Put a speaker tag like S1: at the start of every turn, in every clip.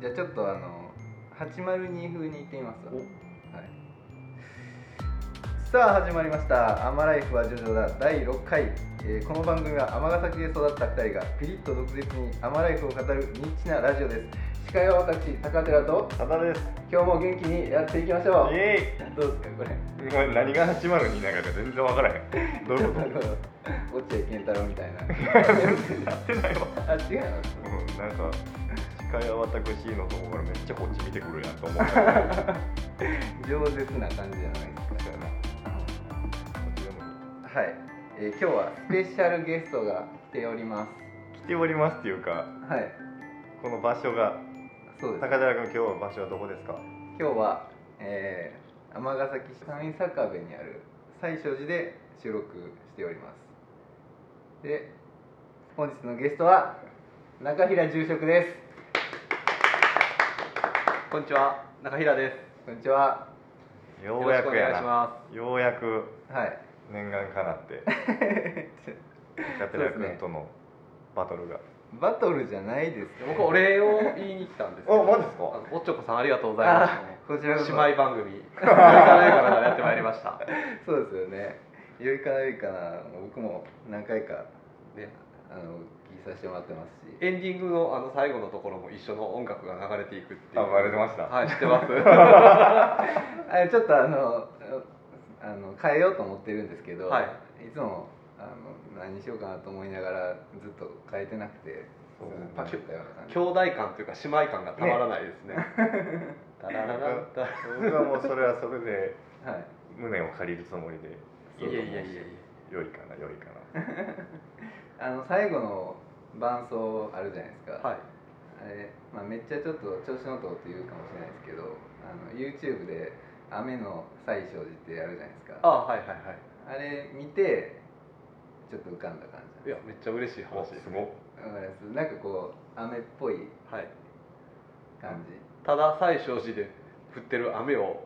S1: じゃあちょっとあの802風に行ってみますわ
S2: お
S1: はい、さあ始まりました「アマライフはジョジョだ」第6回、えーこの番組は尼崎で育った2人がピリッと独舌にアマライフを語るニッチなラジオです司会は私高寺と
S2: ただです
S1: 今日も元気にやっていきましょう
S2: イエ
S1: どうですかこれ
S2: ーイこれ何が802なのか全然わからへんどういうこ
S1: 落合健太郎み たいな
S2: とやってないわ
S1: あ違うの
S2: うんなんか司会は私のとこからめっちゃこっち見てくるやんと思ったら
S1: 饒舌な感じじゃないですか
S2: そうやなこっちでも
S1: はい、えー今日はスペシャルゲストが来ておりま
S2: 来ておりますっていうか
S1: すはい
S2: この場所が
S1: そうです
S2: 高寺君今日は場所はどこですか
S1: 今日は、えー、尼崎市上坂部にある最勝寺で収録しておりますで本日のゲストは中平住職です
S3: こんにちは、中平です。
S1: こんにちは
S2: ようやくや
S3: よろしくお願いしま
S2: なようやく
S1: はい
S2: 念願かなって高寺君とのバトルが
S1: バトルじゃないです
S3: いや僕はお礼を言いに来たんですけ
S2: あ
S3: ど。
S2: マジですか
S3: あのおっちょこさんありがとうございま
S1: あこちらこ
S3: し
S1: そ
S3: た、ね。姉妹番組、こ れからからやってまいりました。
S1: そうですよね良いかな良いかな僕も何回か
S3: ね、
S1: あの聞かさせてもらってますし
S3: エンディングのあの最後のところも一緒の音楽が流れていくっていう。
S2: あバレてました
S3: はい、知っ てます。
S1: あれちょっとあのあの変えようと思ってるんですけど、
S3: はい
S1: つもあの何にしようかなと思いながらずっと変えてなくて
S2: そう
S1: ずっとパキッとやらな
S3: 兄弟感というか姉妹感がたまらないですね。ダララララダ
S2: 僕はもうそれはそれで
S1: はい
S2: 胸を借りるつもりで
S3: いやいやいやいや。
S2: 良いかな良いかな
S1: あの最後の伴奏あるじゃないですか、
S3: はい。
S1: あれ、まあ、めっちゃちょっと調子のとって言うかもしれないですけどあの YouTube で「雨の最小寺」ってやるじゃないですか
S3: あ
S1: あ
S3: はいはいはい。
S1: れ見てちょっと浮かんだ感
S3: い
S1: じ
S3: やめっちゃ嬉しい
S2: お
S3: 話
S2: す
S3: です。
S2: ごっ
S1: わかりますなんかこう雨っぽい
S3: はい。
S1: 感じ
S3: ただ最小寺で降ってる雨を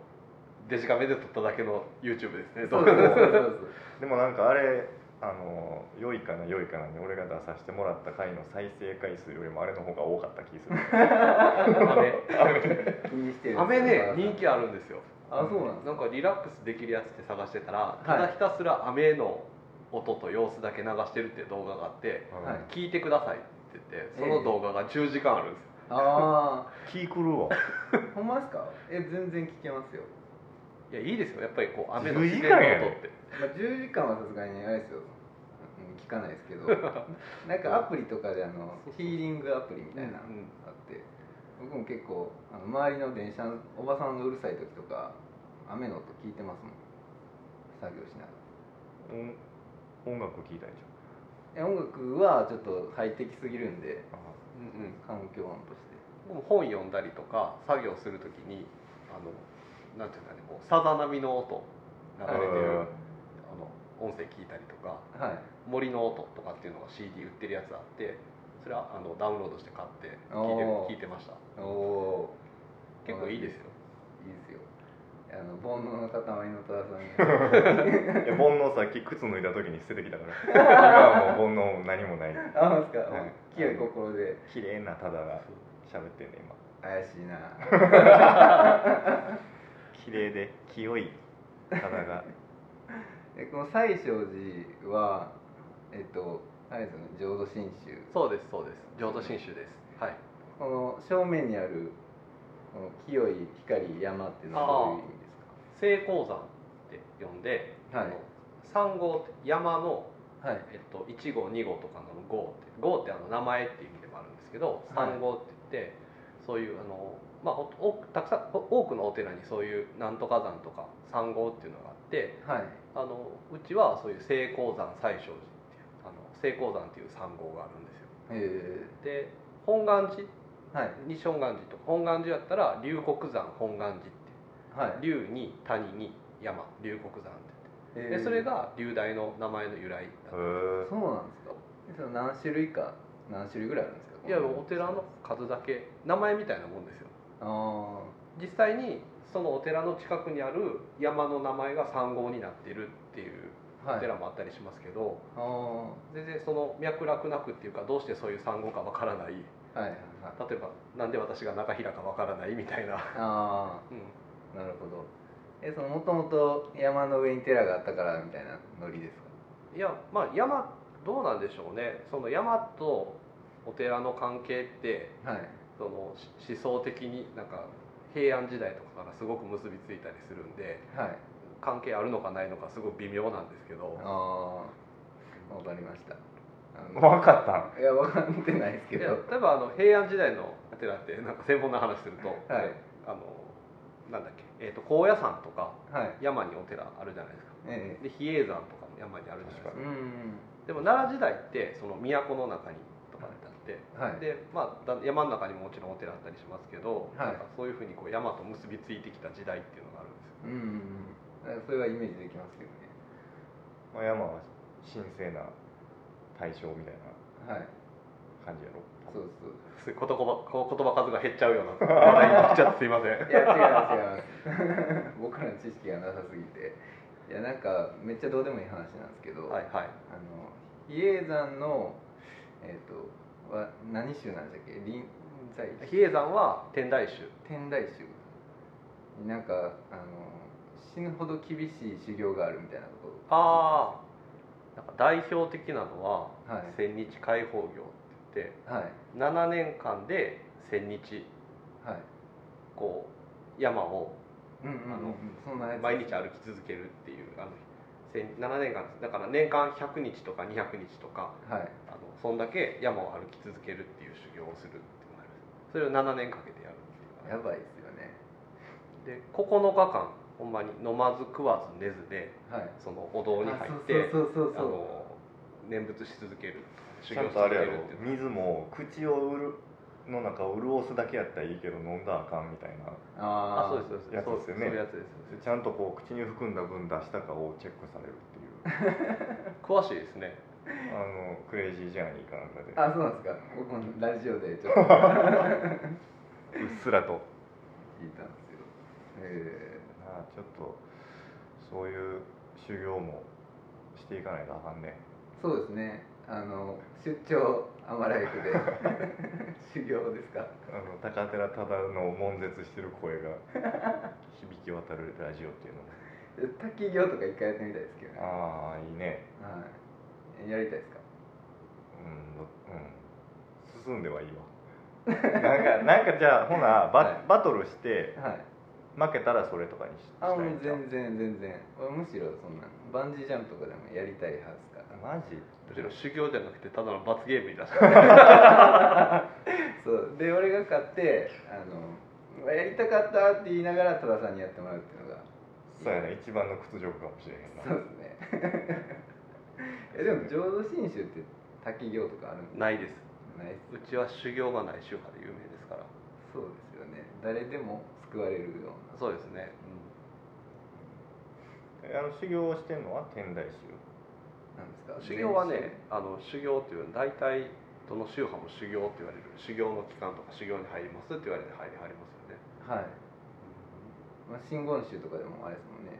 S3: デジカメで撮っただけの YouTube ですね。
S1: そうそうそうそう
S2: でもなんかあれあの良いかな良いかなに俺が出させてもらった回の再生回数よりもあれの方が多かった気する
S1: 気に
S3: 雨
S1: してる
S3: 雨ね人気あるんですよ
S1: あそうなんです
S3: なんかリラックスできるやつって探してたら、
S1: い
S3: ただひたすら雨の音と様子だけ流してるって動画があって
S1: はい
S3: 「聞いてください」って言ってその動画が10時間あるんですよ、
S1: あ
S2: 気狂うわ
S1: あほんまですかえ全然聞けますよ、
S3: いやいいですよやっぱりこう雨の
S2: 10
S3: 自
S2: 時
S3: 然
S2: 間
S3: の
S2: やで
S3: 音って
S1: まあ、10時間はさすがにあれですようん聞かないですけ どなんかアプリとかであのヒーリングアプリみたいなの
S3: うん
S1: あって僕も結構あの周りの電車のおばさんがうるさい時とか雨の音聞いてますもん作業しながら
S2: 音音楽聴いたでし
S1: え音楽はちょっとハイテキすぎるんで
S2: ょ
S3: うんうん
S1: 環境音として
S3: でも本読んだりとか作業するときにあのなんていうんですかねこうさざ波の音流れてる
S2: うん
S3: あの音声聞いたりとか
S1: はい
S3: 森の音とかっていうのが CD 売ってるやつあってそれはあのダウンロードして買って
S1: おー
S3: 聞いて聞いてました
S1: おお
S3: 結構いいですよ
S1: いいですよあの煩悩の塊の多 田さんが
S2: いや煩悩さっき靴脱いだ時に捨ててきたから今はもう煩悩何もない
S1: あほんですか、
S2: はい
S1: 清い心で
S2: 綺麗なただが喋ってんね今
S1: 怪しい な
S2: 綺麗で清いただが
S1: えこの西勝寺はえっとあれですよね浄土真宗
S3: そうですそうです浄土真宗ですはい
S1: この正面にあるこの清い光山っていうのはどういう意味で
S3: 聖鉱山って呼んで、
S1: はい
S3: あの山号って山の、
S1: すかはい
S3: えっと、1号2号とかの号って号ってあの名前っていう意味でもあるんですけど
S1: い
S3: 山号って言って、そういうあのまあほ多くたくさんほ多くのお寺にそういうなんとか山とか山号っていうのがあって
S1: はい
S3: あのうちはそういう聖鉱山最勝寺っていうあの聖鉱山っていう山号があるんですよ
S1: え
S3: で本願
S1: ー、
S3: 寺
S1: はい
S3: 西本願寺とか本願寺やったら龍谷山本願寺って
S1: はい
S3: 龍に谷に山龍谷山
S1: え
S3: って
S1: ー
S3: でそれが龍大の名前の由来だ
S2: へ
S3: っ
S2: ー
S1: そうなんですかえその何種類か何種類ぐらいあるんですか
S3: たいやお寺の数だけ名前みたいなもんですよ
S1: あ
S3: 実際にそのお寺の近くにある山の名前が山号になってるっていう
S1: あーは
S3: お
S1: いあ
S3: 寺もあったりしますけど、
S1: あー
S3: 全然その脈絡なくっていうかどうしてそういう産後かわからない
S1: はいはいはい
S3: 例えばなんで私が中平かわからないみたいな、
S1: あ
S3: う
S1: あ
S3: ん、
S1: なるほどえそのもともと山の上に寺があったからみたいなノリですか
S3: いやまあ山どうなんでしょうねその山とお寺の関係って
S1: はい
S3: そのし思想的になんか平安時代とかからすごく結びついたりするんで
S1: はい
S3: 関係あるのかないのかすごい微妙なんですけど
S1: ああわかりましたあの
S2: 分かったん
S1: いや分かってないですけ
S3: い
S1: ど
S3: や例えばあの平安時代のお寺ってなんか専門の話すると、
S1: はい
S3: あのなんだっけ、えー、と高野山とか
S1: はい
S3: 山にお寺あるじゃないで
S1: え
S3: すかで比叡山とかも山にあるじゃないです
S1: えうん
S3: かでも奈良時代ってその都の中にとかってあ
S1: はい
S3: ってでまあ、だ山の中にももちろんお寺あったりしますけど、
S1: はい
S3: なんかそういうふうにこう山と結びついてきた時代っていうのがあるん
S1: うんうんうんな
S3: ですよ
S1: んかそれはイメージできますけどね
S2: まあ山は神聖な対象みたいな
S1: はい
S2: 感じやろ
S1: そうそう
S3: すごい言葉 こう言葉数が減っちゃうような話題になっちゃってすいません
S1: いや違い ます違います 僕らの知識がなさすぎていやなんかめっちゃどうでもいい話なんですけど、
S3: はいはい
S1: あの比叡山のえっ、とは何州なんだっけ臨済宗
S3: 比叡山は天台宗
S1: 天台宗になんかあの死ぬほど厳しい修行があるみたいなことを
S3: ああなんか代表的なのは
S1: はい
S3: 千日開放業って
S1: はい
S3: 言って7年間で千日
S1: はい
S3: こう山を
S1: うんうんうん
S3: あの
S1: そんなやつ
S3: 毎日歩き続けるっていうあの千7年間だから年間100日とか200日とか
S1: はい
S3: あのそんだけ山を歩き続けるっていう修行をするっていうのがありますそれを7年かけてやるっていう
S1: や
S3: のが
S1: ばいですよね
S3: で9日間ほんまに飲まず食わず寝ずで
S1: はい
S3: そのお堂に入
S1: あ
S3: って
S1: そうそうそう
S3: あ
S1: そうそう
S3: の念仏し続ける
S2: ちゃんとあれやろ
S3: っていう
S2: 水も口を潤の中を潤すだけやったらいいけど飲んだらあかんみたいな
S1: あ
S3: あそうですそうです
S2: やつですよね
S3: そうそういうやつです
S2: でちゃんとこう口に含んだ分出したかをチェックされるっていう
S3: 詳しいですね
S2: あのクレイジージャーニーかなんかで
S1: あそうなんですか僕もラジオでちょっと聞
S2: うっすらと
S1: いたんですよえ
S2: なあちょっとそういう修行もしていかないとあかんね
S1: ーそうですねあの出張アマライ フで修行ですか
S2: あの高寺忠の悶絶してる声が響き渡るラジオっていうのも
S1: 滝行とか一回やってみたいですけどね
S2: ああいいね
S1: はいやりたいですか
S2: うんどうん進んではいいわなんかなんかじゃあほなバ,、
S1: はい
S2: バトルして
S1: はい
S2: 負けたらそれとかにしした
S1: あ
S2: い
S1: もうん
S2: ちゃう
S1: 全然全然俺むしろそんなバンジージャンプとかでもやりたいはずから
S2: マジ
S3: むしろ修行じゃなくてただの罰ゲームに出した
S1: そうで俺が勝ってあのうわやりたかったって言いながら多田さんにやってもらうっていうのが
S2: そうやな一番の屈辱かもしれへんな
S1: そうですね えでも浄土真宗って滝行とかあるん
S3: ないです
S1: ないっ
S3: うちは修行がない宗派で有名ですから
S1: すそうですよね誰でも救われるよう
S3: そうですね、
S2: えあの修行をしてんのは天台宗
S1: ななんですか
S3: うん修行はねあの修行っていうのは大体どの宗派も修行って言われる修行の期間とか修行に入りますって言われて入り入りますよね
S1: 全身はい、まあ、真言宗とかでもあれですもんね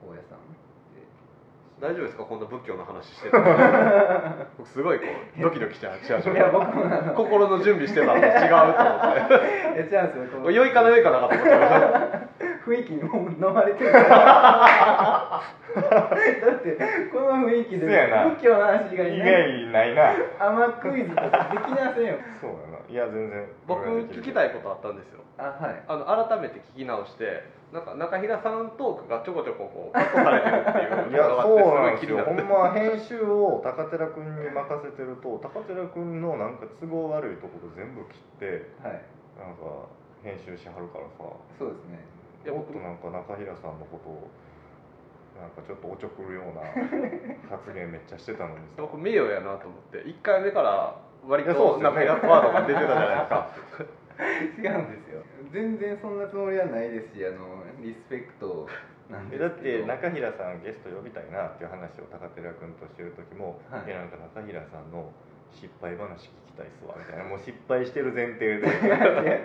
S1: 高野山
S3: 大丈夫ですかこんな仏教の話してた 僕すごいこうドキドキしちゃうし始
S1: い
S3: め
S1: や
S3: た
S1: 僕もあの
S3: 心の準備してたのと違うと 思って
S1: え違うんですよこ
S3: も
S1: の
S3: う良いかな良いかなかと思って
S1: 雰囲気にもう飲まれてるだってこの雰囲気で
S2: そうやな
S1: 仏教の話以
S2: 以
S1: 外にね
S2: 外ないな
S1: 甘クイズとかできませんよ
S2: そうやないや全然
S3: 僕聞きたい
S2: と
S3: ことあったんですよ
S1: あはい
S3: あの改めて聞き直してなんか中平さんトークがちょこちょここうカットされてるって
S2: い
S3: いう
S2: や
S3: のがあっ
S2: そうなんで
S3: て
S2: す
S3: ごい
S2: すよ
S3: 気になっ
S2: ほ
S3: て
S2: んま編集を高寺君に任せてると高寺君のなんか都合悪いところ全部切って
S1: はい
S2: なんか編集しはるからさも
S1: そうですね
S3: いや
S2: っ
S3: 僕
S2: となんか中平さんのことをなんかちょっとおちょくるよう な発言めっちゃしてたのにさ
S3: 僕名誉やなと思って1回目から割と
S2: いやそうっすよ
S3: 中
S2: ね
S3: 平ワードが出てたじゃない ですか
S1: 違うんですよ全然そんなつもりはないですしあのリスペクトなんで
S2: え
S1: すけど
S2: だって中平さんゲスト呼びたいなっていう話を高寺君としてる時も、
S1: はい
S2: えなんか中平さんの失敗話聞きたいっすわみたいなもう失敗してる前提でなん
S1: い
S2: か
S1: やいや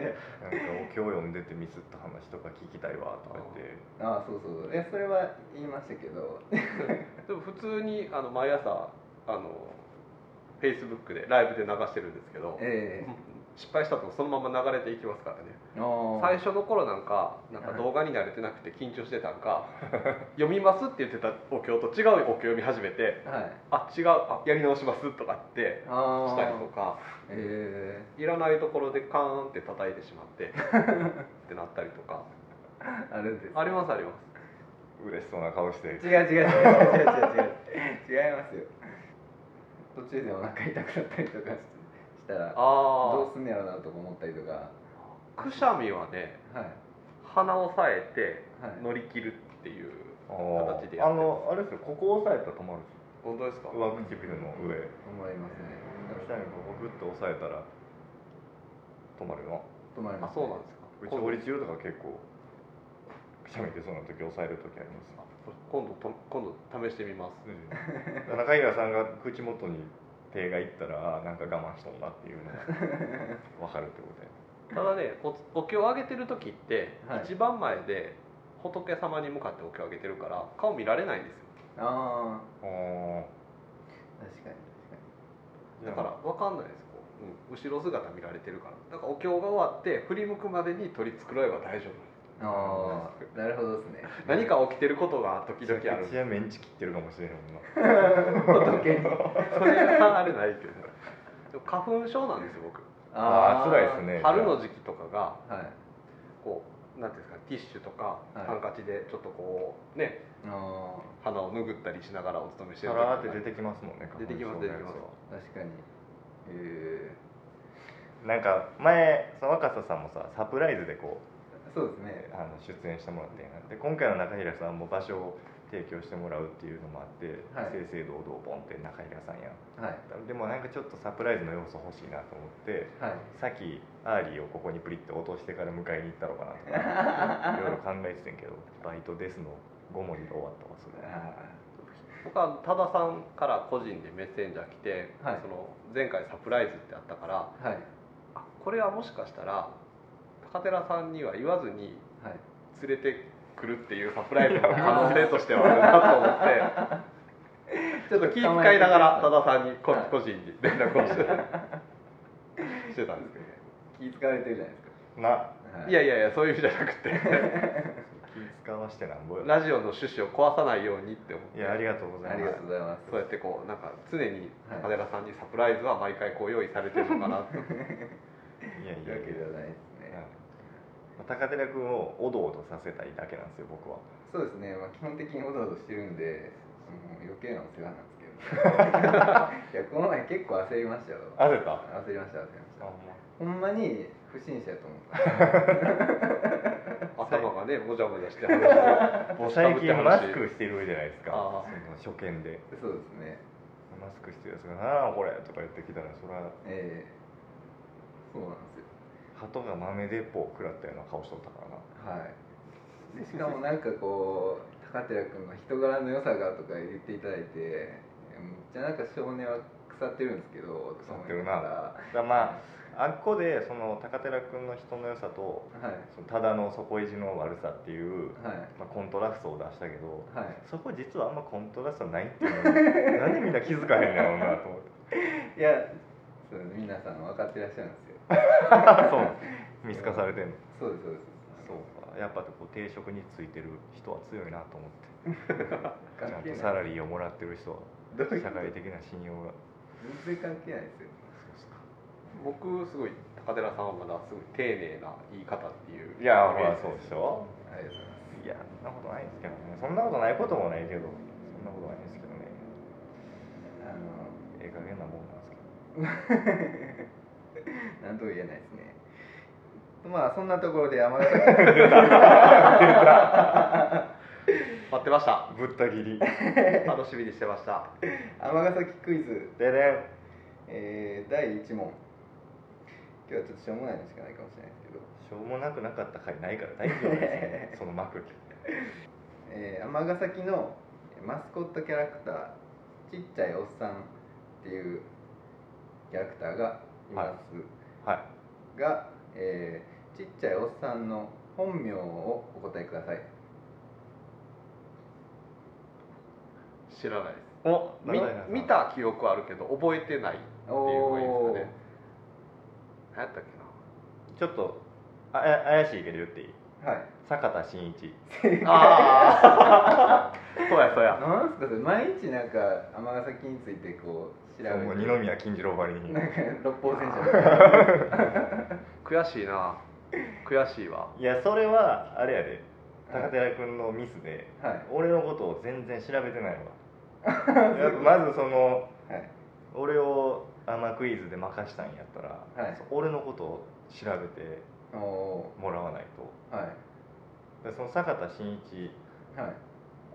S2: 今日読んでてミスった話とか聞きたいわとか言って
S1: あそうそうそういやそれは言いましたけど
S3: でも普通にあの毎朝あのフェイスブックでライブで流してるんですけど
S1: ええ
S3: 失敗したとそのまま流れていきますからね最
S1: 最
S3: 初の頃なんかなんか動画に慣れてなくて緊張してたん か読みますって言ってたお経と違うお経を読み始めて
S1: はい
S3: あ違うあやり直しますとかって
S1: あ
S3: し
S1: した
S3: りとか
S1: え
S3: いらないところでカーンって叩いてしまって ってなったりとか
S1: ー、あるんです
S3: ありますあります
S2: 嬉しそうな顔して
S1: 違う違う違う違う違う違う違う違いますよ途中でお腹痛くなったりとかししたらど
S3: あ
S1: うすんねやろなとか思ったりとかは
S3: あくしゃみはね
S1: い
S3: 鼻をさえて
S1: はい
S3: 乗り切るっていう
S2: あー
S3: 形でやってます
S2: あのあれですよここ押さえたら止まるんです
S3: 本当ですか
S2: よ上唇の上
S1: 思いますね
S2: くしゃみここグッと押さえたら止まるよ
S1: 止まりま
S3: あ
S1: す、
S3: そう
S1: ね、
S3: なん
S1: で
S3: ですか
S2: うち折り中とか結構くしゃみ出そうな時押さえる時あります
S3: 今度と今度試してみます
S2: 中平さんが口元に手がいったらあーなんか我慢しとんなっていう のが分かるってことや
S3: ただねおお経をあげてる時って、
S1: はい
S3: 一番前で仏様に向かってお経をあげてるから顔見られないんですよ
S1: あ
S2: あ
S1: あ確かに
S2: ー
S3: だから分かんないですこう、うん、後ろ姿見られてるからだからお経が終わって振り向くまでに取り繕えば大丈夫
S1: ああなるほどですね
S3: 何か起きてることが時々ある
S2: 口やメンチ切ってるかもしれへんもんな
S1: 時計に
S3: それはあれないけどでも花粉症なんですよ僕
S2: ああ
S1: ー
S2: 辛いですね
S3: 春の時期とかが
S1: はい
S3: こうなんていうんですかティッシュとか
S1: はい
S3: ハンカチでちょっとこうね
S1: あ
S3: 鼻を拭ったりしながらお勤めして
S2: さ
S3: る時
S2: らー って出てきますもんね
S3: 出てきます出てきます
S1: あ確かにえ
S2: なんか前その若狭さんもさサプライズでこ
S1: ー、そうです
S2: う
S1: ね
S2: あの出演してもらってんやで今回の中平さんも場所を提供してもらうっていうのもあって、
S1: はい
S2: 正々堂々ボンって中平さんやん
S1: はい
S2: でもなんかちょっとサプライズの要素欲しいなと思って
S1: はい
S2: さっきアーリーをここにプリッと落としてから迎えに行ったのかなとかいろいろ考えてたんやけど「バイトです」の5文字が終わったわそ れ
S1: あ
S3: 僕は多田さんから個人でメッセンジャー来て、
S1: はい
S3: その前回サプライズってあったから
S1: ーはい
S3: あこれはもしかしたら高寺さんには言わずに
S1: はい
S3: 連れてくるっていうサプライズの可能性としてはあるなと思って ちょっと気遣いながら多田さんにこ
S1: はい
S3: 個人に連絡をしてしてたんですけどね
S1: 気使われてるじゃないです
S2: な
S1: か、はい
S3: やいやいやそういう意味じゃなく て
S2: 気使わしてなんぼよ
S3: ラジオの趣旨を壊さないようにって思って
S2: いやありがとうござ
S1: あ
S2: い
S1: り
S2: ま
S1: が
S2: す
S1: とうございます
S3: そうやってこうなんか常に
S1: はい
S3: 高寺さんにサプライズは毎回こう用意されてるのかなと
S2: いや
S1: と
S2: い
S1: いう
S2: や
S1: わ
S2: い
S1: けじゃ
S2: や
S1: ないですね、
S2: はいまあ高寺君をおどおどさせたいだけなんですよ僕は
S1: そうですね、まあ、基本的におどおどしてるんでもう余計なお世話なんですけどい やこの前結構焦りましたよ
S2: 焦った
S1: 焦りました焦りました
S2: あ
S1: ほんまに不審者やと思った
S3: 頭がねもじゃもじゃし て話を
S2: 最近マスクしてるじゃないですか
S3: あ
S2: その初見で
S1: そうですね
S2: マスクしてるやつが「なあこれ」とか言ってきたらそれは
S1: えー、そうなんですよ
S2: 鳩が豆鉄砲を食らったような顔しとったからな
S1: はいでしかもなんかこう高寺君の人柄の良さがとか言っていただいてめっちゃなんか少年は腐ってるんですけどとか思いなが
S2: だからまああっこでその高寺君の人の良さと
S1: らはい
S2: そのただの底意地の悪さっていう、
S1: はい
S2: まあ、コントラストを出したけど
S1: はい
S2: そこ実はあんまコントラストないっていうのになんでみんな気づかへんねやろうなと思って
S1: いや、そう皆さん分かってらっしゃるんですよ。
S2: そう見透かされてんの
S1: そうですそうです。
S2: そうかやっぱこう定職についてる人は強いなと思って
S1: 関
S2: ちゃん
S1: 係
S2: と
S1: な
S2: サ
S1: い。
S2: ラリーをもらってる人は
S1: どういうこと
S2: 社会的な信用が
S1: 全然関係ないですよ。
S2: そうっすか
S3: 僕すごい高寺さんはまだすごい丁寧な言い方っていう
S2: い
S3: い
S2: やほらそうでしょ
S1: ありがとうございます。
S2: いやそんなことないですけどねそんなことないこともないけどそんなことないですけどね
S1: あ
S2: ええ加減なもんなんですけど
S1: の、なんとも言えないですね。まあそんなところで天崎さん
S3: 待ってました
S2: ぶった切り
S3: 楽しみにしてました
S1: 尼崎クイズ、
S2: でね
S1: えー、第一問。今日はちょっとしょうもないのしかないかもしれないですけど、
S2: しょうもなくなかった回ないから大丈夫 ですねその幕
S1: えー、尼崎のマスコットキャラクターちっちゃいおっさんっていうキャラクターがいます。
S2: ははい
S1: が、えーちっちゃいおっさんの本名をお答えください
S3: 知らないです
S2: お
S3: み見た記憶はあるけど覚えてないっていう方がいいですかね何やったっ
S2: ちょっとああ怪しいけど言っていい
S1: はい
S2: 坂田真一
S3: けなああ そうやそうや
S1: なんすかそれ毎日なんか尼崎についてこう調べて
S2: もう二宮金次郎ばり に
S1: なんか六方戦車
S3: 悔しいな悔しいわ
S2: いやそれはあれやで
S1: はい
S2: 高寺君のミスで
S1: はい
S2: 俺のことを全然調べ てないわいやまずその
S1: はい
S2: 俺をあまクイズで任したんやったら、
S1: はい
S2: そ俺のことを調べて
S1: おお
S2: もらわない
S1: ーはい
S2: とでその坂田真一
S1: はい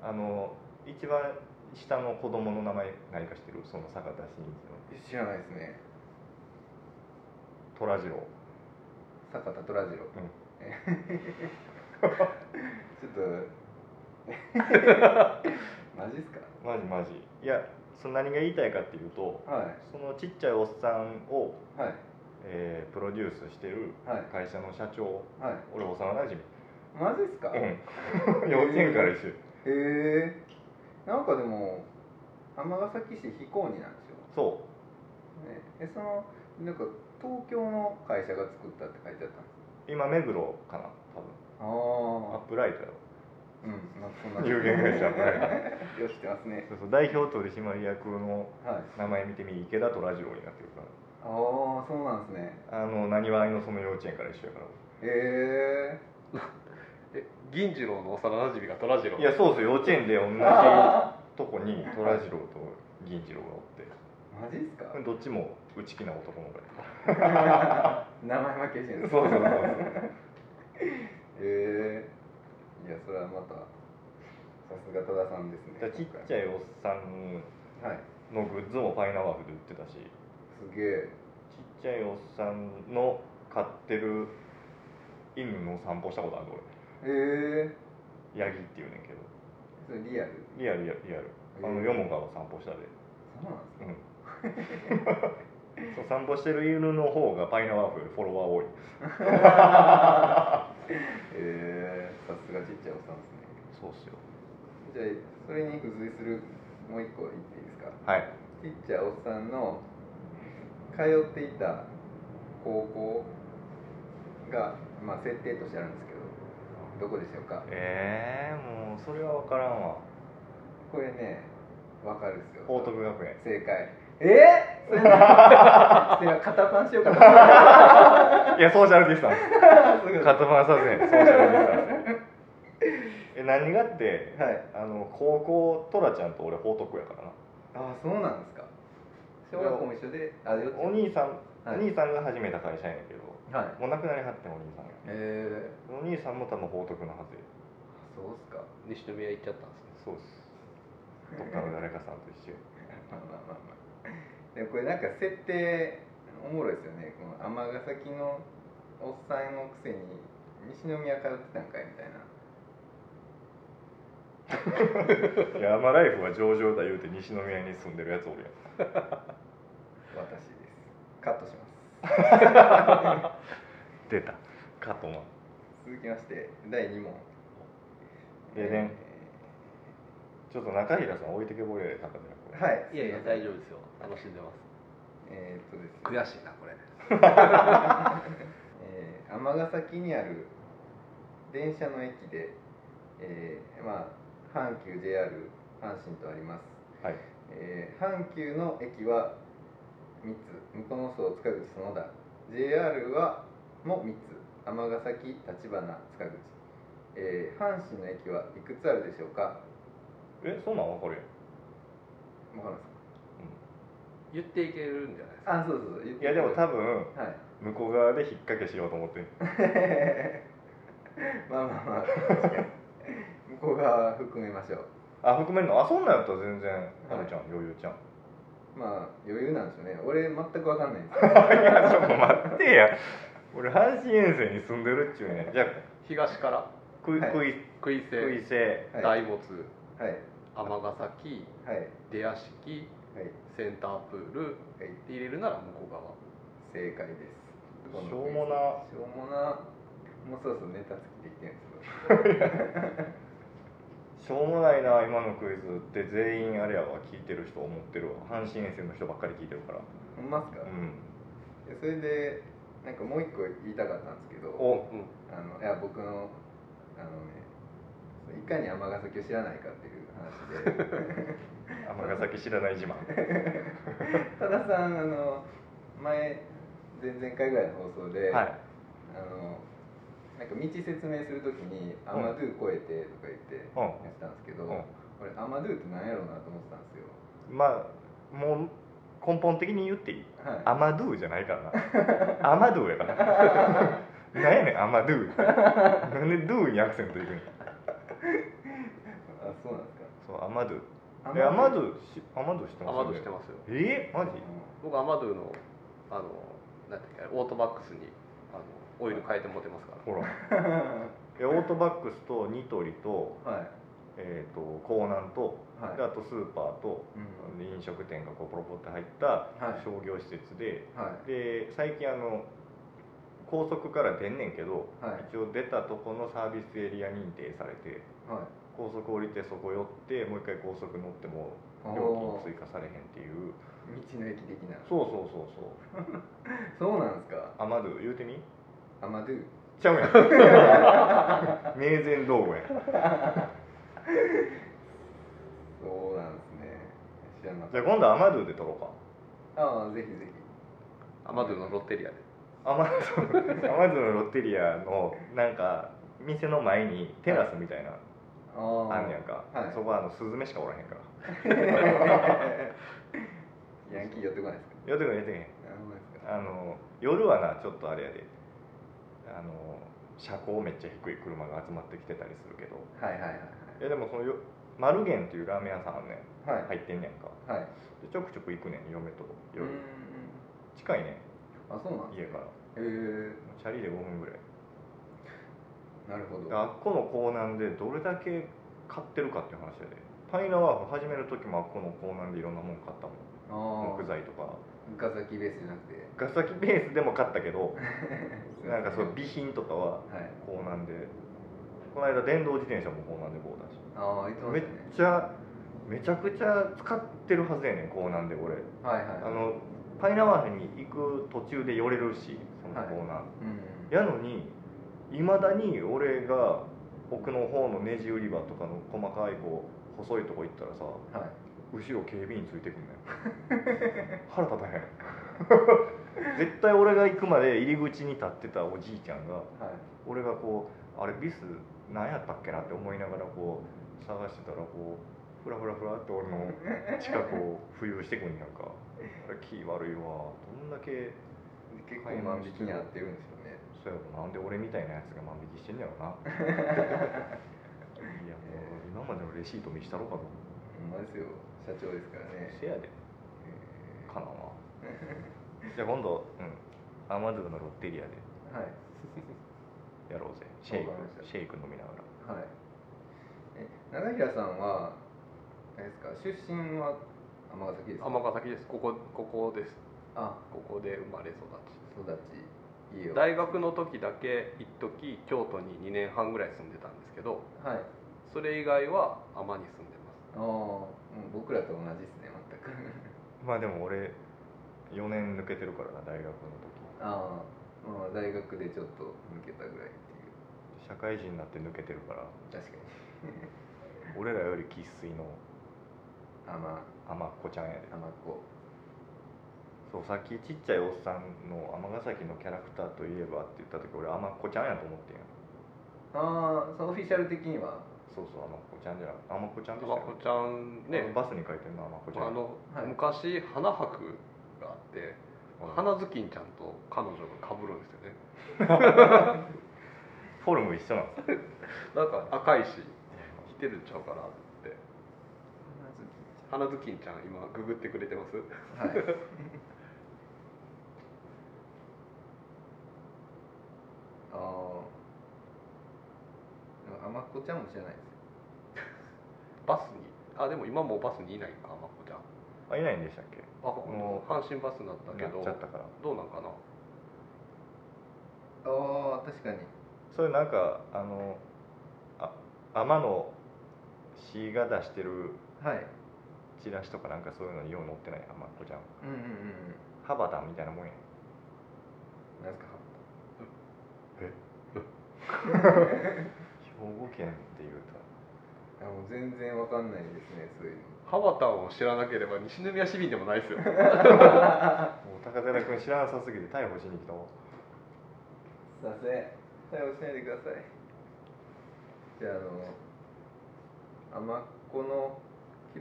S2: あの一番下の子供の名前何か知ってるその坂田真一の
S1: 知らないですね
S2: 虎次郎
S1: 坂田虎次郎、
S2: うん
S1: ちょっ とマジっすか
S2: マジマジいやその何が言いたいかっていうと
S1: はい
S2: そのちっちゃいおっさんを、
S1: はい
S2: えープロデュースしてる
S1: はい
S2: 会社の社長
S1: はい
S2: 俺幼馴染
S1: マジっすか、へ
S2: うん 幼稚園から一緒
S1: えなんかでも尼崎市非公認なんですよ
S2: そ
S1: ねえそのなんか東京の会社が作ったって書いてあったんです
S2: う今目黒かな多分
S1: あ
S2: アッ
S1: あ
S2: プライトやろ
S1: うんなんかそんな
S2: 有限会社アップライト
S1: よしてますね
S2: そうそう代表取締役の
S1: はい
S2: 名前見てみ池田とラジオになってるか
S1: ああそうなんですね
S2: らあのなにわいのその幼稚園から一緒やから
S1: え
S3: え銀次郎の幼馴染が虎次郎
S2: いやそうそう幼稚園で同じ
S1: あ
S2: とこに虎次郎と銀次郎がおっ
S1: ー、 マジっすか
S2: てどっちも内気な男の子や
S1: 名前負けしてるんです
S2: そうそうそうそう
S1: えー、いやそれはまたさすが戸田さんですね
S2: だからちっちゃいおっさん
S1: はい
S2: のグッズもファイナワーフで売ってたしち
S1: すげえ
S2: っちゃいおっさんの飼ってる犬の散歩したことある
S1: えー、
S2: 俺ヤギっていうねんけど
S1: それリアル
S2: リアルリアルリアルあの
S1: えー
S2: ヨモガを散歩したで
S1: そうなんですか
S2: うんそう散歩してる犬の方がファイナワーフよりフォロワー多い
S1: えー、さすがちっちゃいおっさんですね
S2: そうっすよ
S1: じゃあそれに付随するもう一個言っていいですか
S2: はい
S1: ちっちゃいおっさんの通っていた高校が、まあ、設定としてあるんですけどどこでしょうか
S2: ええもうそれは分からんわ
S1: これねわかるっすよ
S2: 報徳学園
S1: 正解 えー、それなそれは肩パンしようかと思っ
S2: いやソーシャルディスタン
S1: たすぐは
S2: スカットマンサーズソーシャルディスタンスえ何がって
S1: い
S2: あの高校トラちゃんと俺報徳やからな
S1: ああそうなんですか小学校も一緒であよっ
S2: お兄さん、
S1: はい
S2: お兄さんが始めた会社やねんけど
S1: はい
S2: もう亡くなりはってんお兄さんが
S1: え
S2: お兄さんも多分報徳のはずや
S1: ー、そうっすか
S3: 西宮行っちゃったんです
S2: そ
S3: ね
S2: うっすどっかの誰かさんと一緒
S1: まあまあまあまあでもこれなんか設定おもろいですよねこの尼崎のおっさんのくせに西宮通ってたんかいみたいない
S2: やアマライフは上々だ言うて西宮に住んでるやつおるやん
S1: 私ですカットし ます
S2: 出たカットマン
S1: 続きまして第2問
S2: でねちょっと中平さん置いてけぼりやで高
S1: え
S2: 寺
S1: ーは
S2: 君
S1: い
S3: いやいや
S1: すません
S3: 大丈夫ですよ楽しんでます
S1: えーっとですね
S3: 悔しいなこれ
S1: えー尼、崎にある電車の駅で、えーまあ、阪急 JR 阪神とあります、
S2: はい
S1: えー阪急の駅は3つ向こうの塚口園田 JR はも3つ尼崎立花塚口、えー阪神の駅はいくつあるでしょうか
S2: えそんなん分かるやん
S1: わかります
S3: 言っていけるんじゃないですか
S1: かあそうそうそう
S2: いやでも
S1: た
S2: 多分
S1: はい
S2: 向こう側で引っ掛けしようと思ってる
S1: まあまあまあ確かに向こう側含めましょう
S2: あ含めるのあそんなんやったら全然あるちゃん、余裕ちゃん
S1: まあ余裕なんでしょうね俺全く分かんないんです
S2: いやちょっと待ってや俺阪神遠征に住んでるっちゅうねんじゃあ
S3: 東から
S2: クイ、
S1: はい
S2: クイ
S3: クイ
S2: ク
S3: セ
S2: イセ
S1: はい
S3: 大没
S1: はい
S3: 尼崎
S1: はい
S3: 出屋敷
S1: はい
S3: センタープール
S1: はい
S3: って入れるなら向こう側
S1: 正解です
S2: しょうもな
S1: しょうもなもうそろそろネタつきできてるんですけど
S2: しょうもないな今のクイズって全員あれやわ聞いてる人思ってるわ阪神遠征の人ばっかり聞いてるから
S1: ほんますか、
S2: うん
S1: えそれでなんかもう一個言いたかったんですけど
S2: お
S3: うん
S1: あのいや僕のあのねいかに尼崎を知らないかっていう 話で
S2: 尼崎知らない自慢
S1: 多田さんあの前前々回ぐらいの放送で、
S2: はい
S1: あのなんか道説明するときに「アマドゥ越えて」とか言って
S2: うん
S1: やってたんですけど、
S2: うん
S1: 俺アマドゥって何やろうなと思ってたんですよ
S2: まあもう根本的に言っていい
S1: はい
S2: アマドゥじゃないから なアマドゥやから ななんやねんアマドゥなんでドゥにアクセントいくん
S1: あそうなんです
S2: そうアマドゥ
S1: か
S2: えアマド
S1: ゥ
S2: ゥしアマドゥ知って
S3: ア
S2: ます
S3: マドゥしてますよ
S2: えマジ
S3: 僕アマドゥのあのなんていうかオートバックスにあのオイル変えて持てますから
S2: ほらえオートバックスとニトリと,、
S1: はい
S2: えー、と江南と、
S1: はい
S2: であとスーパーと、
S1: うん
S2: 飲食店がこうポロポロって入った
S1: はい
S2: 商業施設で、
S1: は
S2: で最近あの高速から出んねんけど、
S1: はい
S2: 一応出たとこのサービスエリア認定されて
S1: いはい
S2: 高速降りてそこ寄ってもう一回高速乗っても
S1: おー
S2: 料金追加されへんっていう
S1: 道の駅的な
S2: そうそうそうそう
S1: そうなんですか
S2: アマドゥ言うてみ
S1: アマドゥ
S2: ちゃうやん 名前道具や
S1: そうなんですね知らな
S2: じ
S1: か
S2: ゃあ
S1: っ
S2: 今度アマドゥで撮ろうか
S1: たああぜひぜひ
S3: アマドゥのロッテリアで
S2: アマゾンアマゾンのロッテリアのなんか店の前にテラスみたいな
S1: ああ
S2: あんねやんか、
S1: はい
S2: そこはあのスズメしかおらへんから
S1: ヤンキー寄ってこないですか
S2: 寄ってくれ寄ってくれ
S1: あそうですか
S2: あの夜はなちょっとあれやであの車高めっちゃ低い車が集まってきてたりするけど
S1: はいはいはい
S2: いやでもそのよマルゲンっていうラーメン屋さんあんねん
S1: はいはい
S2: 入ってんねやんか
S1: はい
S2: でちょくちょく行くねん嫁と
S1: うー
S2: 夜
S1: ん
S2: 近いね
S1: あそうなん
S2: 家から
S1: へえ
S2: チャリで5分ぐらい
S1: なるほど
S2: であっこの港南でどれだけ買ってるかっていう話やでパイナワーフ始める時もあっこの港南でいろんなもん買ったもん
S1: あ
S2: 木材とか
S1: あガザキベースじゃなくて
S2: ガサキベースでも買ったけど なんかそう
S1: ビ
S2: 備品とかは
S1: はい
S2: 港南でこの間電動自転車も港南で買うたし
S1: ああ言ってま
S2: め
S1: し
S2: った
S1: ね
S2: ちゃめちゃくちゃ使ってるはずやねん港南で俺
S1: はいはい
S2: あのパイナワーフに行く途中で寄れるしその港南、
S1: うん
S2: やのにいまだに俺が奥の方のネジ売り場とかの細かいこう細いとこ行ったらさ
S1: はい
S2: 後ろ警備員ついてくんねん腹立たへん 絶対俺が行くまで入り口に立ってたおじいちゃんが
S1: はい
S2: 俺がこうあれビス何やったっけなって思いながらこう探してたらこうフラフラフラって俺の近くを浮遊してくんやんかあれ気悪いわどんだけ
S1: 結構万引きに合ってるんですよね
S2: そうやろなんで俺みたいなやつが万引きしてんねやろな いやもう今までのレシート見したろかと思
S1: ほ
S2: う
S1: んまですよ社長ですからね
S2: せやで
S1: え
S2: かなわじゃあ今度うんアマドゥのロッテリアで
S1: ーはい
S2: やろうぜシェイ
S1: わかりました
S2: クシェイク飲みながら
S1: はいえ長平さんはあれですか出身は尼崎ですか
S3: 尼崎ですここここです
S1: あ
S3: ここで生まれ育
S1: 育ち家
S3: ち
S1: を
S3: 大学の時だけ一時京都に2年半ぐらい住んでたんですけど
S1: はい
S3: それ以外は尼に住んでます
S1: ああ、うん、僕らと同じですね全く
S2: まあでも俺4年抜けてるからな大学の時
S1: ああまあ大学でちょっと抜けたぐらいっていう
S2: 社会人になって抜けてるから
S1: 確かに
S2: 俺らより生粋の
S1: 甘
S2: 甘っ子ちゃんやで
S1: 甘っこ
S2: そうさっきちっちゃいおっさんの尼崎のキャラクターといえばって言った時俺甘っ子ちゃんやと思ってんや
S1: ああそのオフィシャル的には
S2: そうそう、あまこちゃんじゃなくて、あまこちゃんでした
S3: 尼
S2: よ、
S3: 子ちゃん
S2: ね。
S3: ね
S2: バスに書いてるの、あまこちゃん。
S3: あの、
S1: はい
S3: 昔花博があって
S2: うん
S3: 花頭巾ちゃんと彼女がかぶるんですよね
S2: フォルム一緒なんですよ。
S3: なんか赤いし着てるんちゃうかなって花頭巾ちゃん今ググってくれてます
S1: はい ああ甘っこちゃんも知らないです
S3: バスにあでも今もうバスにいないかまこちゃんあ
S2: あ、いないんでしたっけ。も
S3: こ
S2: う
S3: 阪神バスになったけ
S2: なっ
S3: ど
S2: ちゃったから。
S3: どうなんかな
S1: ああ確かに
S2: それなんか、あの。あ、天野。氏が出してる。
S1: はい
S2: チラシとか、なんか、そういうのによう載ってない、あまこちゃん。
S1: うんうんうん
S2: ハバタンみたいなもんや。
S1: なんですか
S2: 兵庫県っていうと
S1: あもう全然わかんないですねそういうの
S3: ハバタンを知らなければ西宮市民でもないですよ
S2: もう高寺君知らなさすぎて逮捕しに来たもん
S1: すいません逮捕しないでくださいじゃああの甘っこの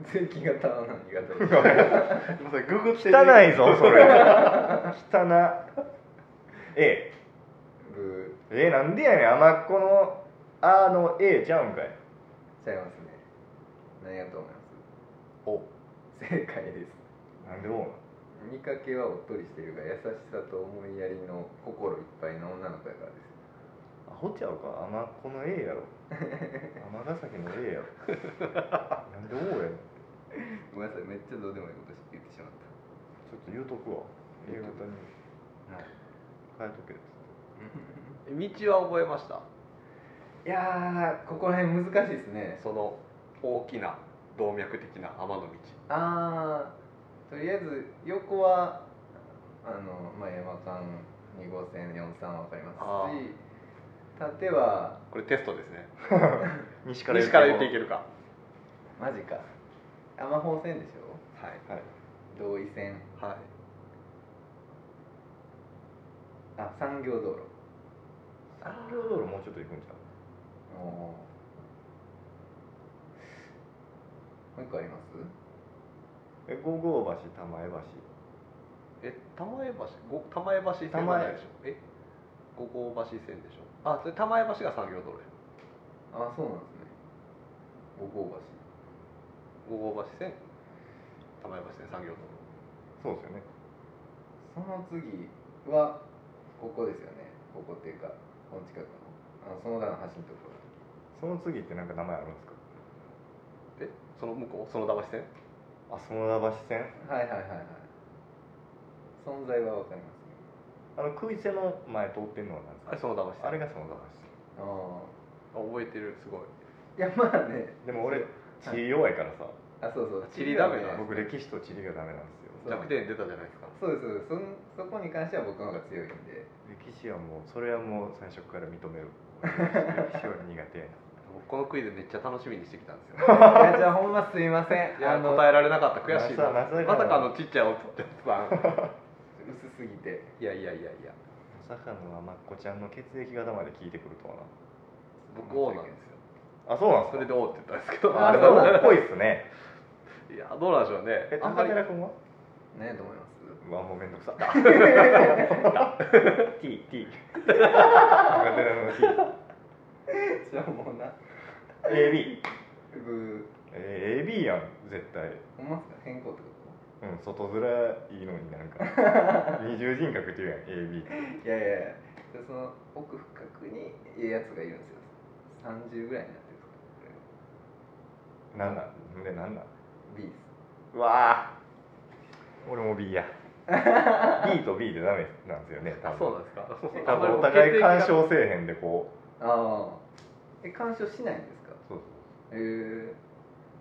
S1: 血液型は何がどうか
S3: 今それググっ て
S2: 汚いぞそれ汚なえ
S1: ブ
S2: えなんでやねん甘っこの「あ」の「え」ちゃうんかい
S1: ーちゃいますね何やと思います
S2: お
S1: 正解です
S2: なんでも
S1: 見かけはおっとりしているが優しさと思いやりの心いっぱいの女の子やからです
S2: アホちゃうか甘っこの「え」や ろ尼崎の「え」やろなんで「お」やねん
S1: ごめんなさいめっちゃどうでもいいこと言ってしまっ
S2: ちょっと言うとくわ A 型に
S1: た、はい、
S2: 変えとけっつって
S3: 道は覚えました
S1: いやーここら辺難しいですね
S3: その大きな動脈的な天の道
S1: あーとりあえず横はあの、まあ、山間2号線43は分かりま
S3: あ
S1: すし縦は
S3: これテストですね
S2: 西から
S3: 西から言ってい
S2: け
S3: けるか
S1: マジか山方線でしょ
S3: はい
S2: はい
S1: 同意線
S3: はい
S1: あ産業道路
S2: 産業道路もうちょっと行くんじゃ
S1: おーもう一個あります
S2: うえ五郷橋玉江
S3: え玉江橋ご玉江橋線じゃないでしょえ五郷橋線でしょあそれ玉江橋が産業道路や
S1: あそうなんですね五郷橋
S3: 五郷橋線玉江橋線産業道
S2: 橋そうですよね
S1: その次はここですよねここっていうかこの近くのあのその他の橋のところ
S2: その次ってなんか名前あるんですか
S3: 路えその向こうその田橋線
S2: あ園田橋線
S1: はいはいはいはい存在はわかりますね
S2: あのクイセの前通ってんのは何ですか
S3: あれその田橋線
S2: あれが園田橋
S1: ああ
S3: あ覚えてるすごい
S1: いやまあね
S2: 線でも俺
S1: そ
S2: 地
S1: う
S2: 理弱いからさ
S1: あそうそう
S3: 地理ダメな
S1: ね
S3: の
S2: 僕歴史と地理がダメなんですよ
S1: そう
S3: 弱点出たじゃないですか
S1: そうですそうですそんそこに関しては僕の方が強 いんで
S2: 歴史はもうそれはもう最初から認める歴史は苦手
S3: 僕このクイズめっちゃ楽しみにしてきたんですよ
S1: いやじゃあほんますいません
S3: い
S1: あ
S3: や
S1: の
S3: 答えられなかった 悔しいな
S2: まさかの
S3: まさかのちっちゃいおっさん
S1: 薄すぎて
S3: いやいやいやいや
S2: まさかの甘っこちゃんの血液型まで聞いてくるとはな
S3: 僕王なんですよ
S2: あそうなん
S3: そ
S2: です
S3: れ
S2: か
S3: で王って言ったんですけど
S2: あ
S1: あ
S2: で
S1: で
S2: も
S1: も
S2: 王っぽいっすね
S3: いやどうなんでしょうね
S2: え
S3: あん
S2: 高
S3: まり
S2: 寺君は
S1: 何やと思います
S2: うわもうめんどくさ TT 高寺の T
S1: じゃあもうな
S2: AB
S1: ぶ
S2: えー AB やん絶対
S1: ほんますか変更ってこ
S2: うん外面いいのになんか 二重人格っていうやん AB って
S1: といやいやいやじゃあその奥深くにええやつがいるんですよ30ぐらいになってるんですかこれ
S2: なんなんほんでなんなん
S1: B です
S2: うわあ俺も B や B と B でダメなんですよね多
S3: あそう
S2: 分
S3: なんですか
S2: 多分お互い干渉せえへんでこう
S1: ああえ干渉しないんですか
S2: そう
S1: へえ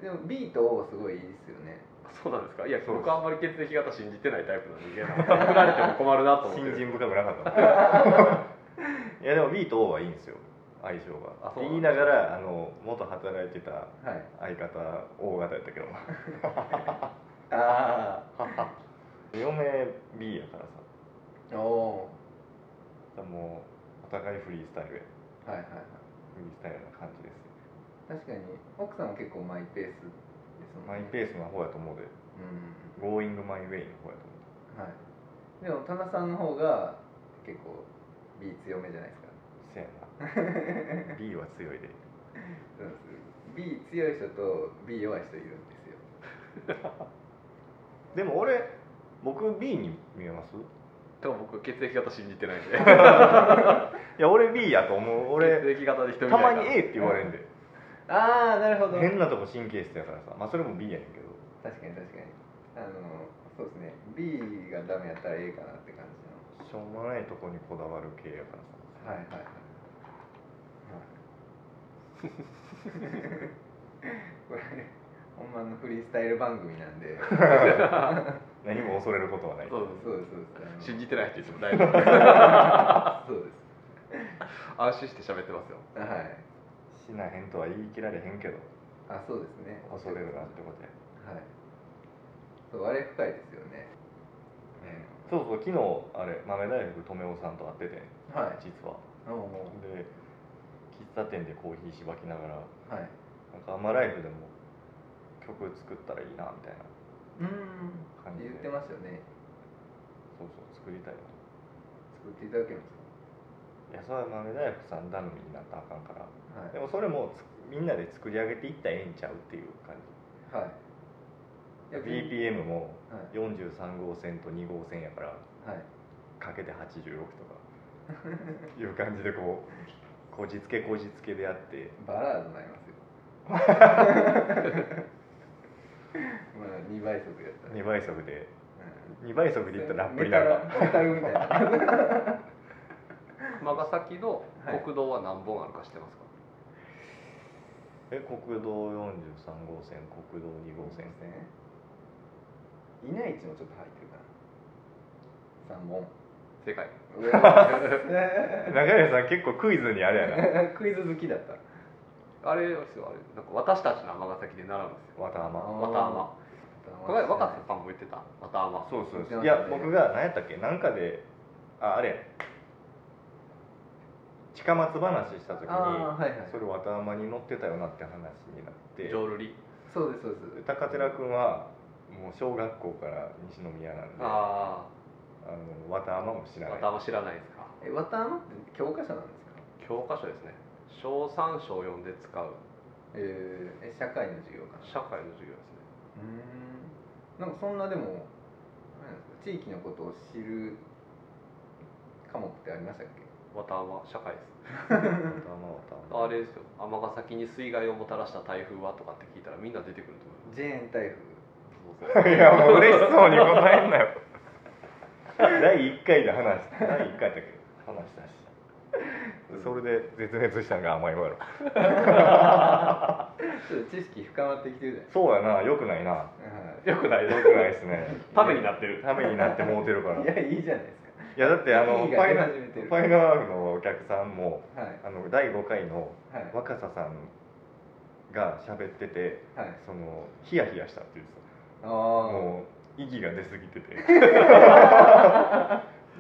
S1: でも B と O すごいいいですよね
S3: そうなんですかいや
S2: そうです
S3: 僕あんまり血液型信じてないタイプの人間なので振られても困るなと思って
S2: 信
S3: る
S2: 心深くなかったも んいやでも B と O はいいんですよ相性が
S3: あ
S2: って
S3: そうなんだ
S2: 言いながらあの元働いてた
S1: はい
S2: 相方 O 型やったけど
S1: あ
S2: 嫁 B やから
S1: あお
S2: さもうお互いフリースタイルや
S1: ーはいはいはい
S2: フリースタイルな感じです
S1: 確かに奥さんは結構マイペースですもん
S2: マイ
S1: ース
S2: ペースな方やと思うで
S1: う
S2: Going my way の方やと思うん
S1: はいでも田中さんの方が結構 B 強めじゃないですか
S2: せや な B は強いで
S1: そうです B 強い人と B 弱い人いるんですよ
S2: でも俺僕 B に見えます
S3: でも僕血液型信じてないんで
S2: いや俺 B やと思う俺
S3: 血液型で人
S2: た
S3: 見ないか
S2: ま
S3: ら
S2: に A って言われんで
S1: ああなるほど
S2: 変なとこ神経質やからさまあそれも B やねんけど
S1: 確かに確かにあのそうですね B がダメやったら A かなって感じの
S2: しょうもないとこにこだわる系やか
S1: は
S2: らさ
S1: いはいはい。これほんまのフリースタイル番組なんで
S2: 何も恐れることはない
S3: そう
S1: そうですそうです
S3: 信
S1: じ
S3: じてないって言っても大丈夫
S1: そうです
S3: 安心して喋ってますよ
S1: はい
S2: 死なへんとは言い切られへんけど
S1: あそうですね
S2: 恐れるなってことや
S1: はいそうあれ深いですよねね
S2: そうそう昨日あれ豆大福留夫さんと会ってて
S1: はい
S2: 実は
S1: おうおう
S2: で喫茶店でコーヒーしばきながら
S1: はい
S2: なんかアマライフでも曲作ったらいいなみたいな
S1: うん
S2: 感じで
S1: 言ってましたよね
S2: そうそう作りたいな
S1: 作っていただけます
S2: いやそれは豆大福さん頼みになったらあかんから
S1: かは
S2: でもそれもつみんなで作り上げていったらええんちゃうっていう感じ
S1: いはいいや全然
S2: BPM も
S1: は
S2: 43号線と2号線やから
S1: いはい
S2: かけて86とかいう感じでこうこじつけこじつけでやって
S1: バラードになり ますよまあ2倍速やったら
S2: 2倍速で
S1: う
S2: 2倍速
S1: ん
S2: でいったらラップ
S1: メ
S2: に
S1: タ
S2: な
S1: ル
S2: る
S1: メタルみたいな
S3: 尼崎の
S1: はい
S3: 国道は何本あるか知ってますか、
S2: え国道43号線国道2号線
S1: いないちもちょっと入ってるかな3本
S3: 正解
S1: うわ
S2: 中谷さん結構クイズにあれやな
S1: クイズ好きだった
S3: あれですよあれなんか私たちの尼崎で習うんですよ
S2: わたあま
S3: わたあまこの前若狭さんも言ってたわたあま
S2: そうそうそ
S1: 言
S2: う、
S1: ってましたね
S2: いや僕が何やったっけなんかでああれや近松話した時に
S1: ああはいはい
S2: それ綿山に乗ってたよなって話になって
S3: ジョルリ
S1: そうですそうです
S2: 高寺君はもう小学校から西宮なんであ
S3: あ
S2: の綿山も知
S3: あ
S2: ら
S3: わ
S2: ない
S3: たあま知らないですか
S1: えわたあまって教科書なんですか
S3: 教科書ですね小3小4で使う
S1: えー、え社会の授業かな
S3: 社会の授業ですね
S1: うーんなんかそんなでもあれなんですか地域のことを知る科目ってありましたっけ
S3: わたあま社会です
S2: 綿山綿山
S3: あれですよ尼崎に水害をもたらした台風はとかって聞いたらみんな出てくると思い
S1: ジェーン台風
S3: ますそうそう
S2: いやもう嬉しそうに答えんな よ第1回で話した第1回だっけ話したしそれで絶滅したんが甘いわろ
S1: ちょっと知識深まってきてる
S2: そうやなよくないな
S1: じゃないです
S3: よくない
S2: よ
S3: です
S2: くないですね
S3: ためになってる
S2: ためになってもうてるから
S1: か、はい、いやいいじゃないですか
S2: いやだってあの
S1: いい
S2: フ
S1: が
S2: ァ
S1: 出
S2: イナ
S1: 始めてる
S2: ファイナルアワーのお客さんも
S1: はい
S2: あの第5回の
S1: はい
S2: 若狭さんが喋ってて
S1: はい
S2: そのヒヤヒヤしたっていう
S1: ああ
S2: もう息が出過ぎて て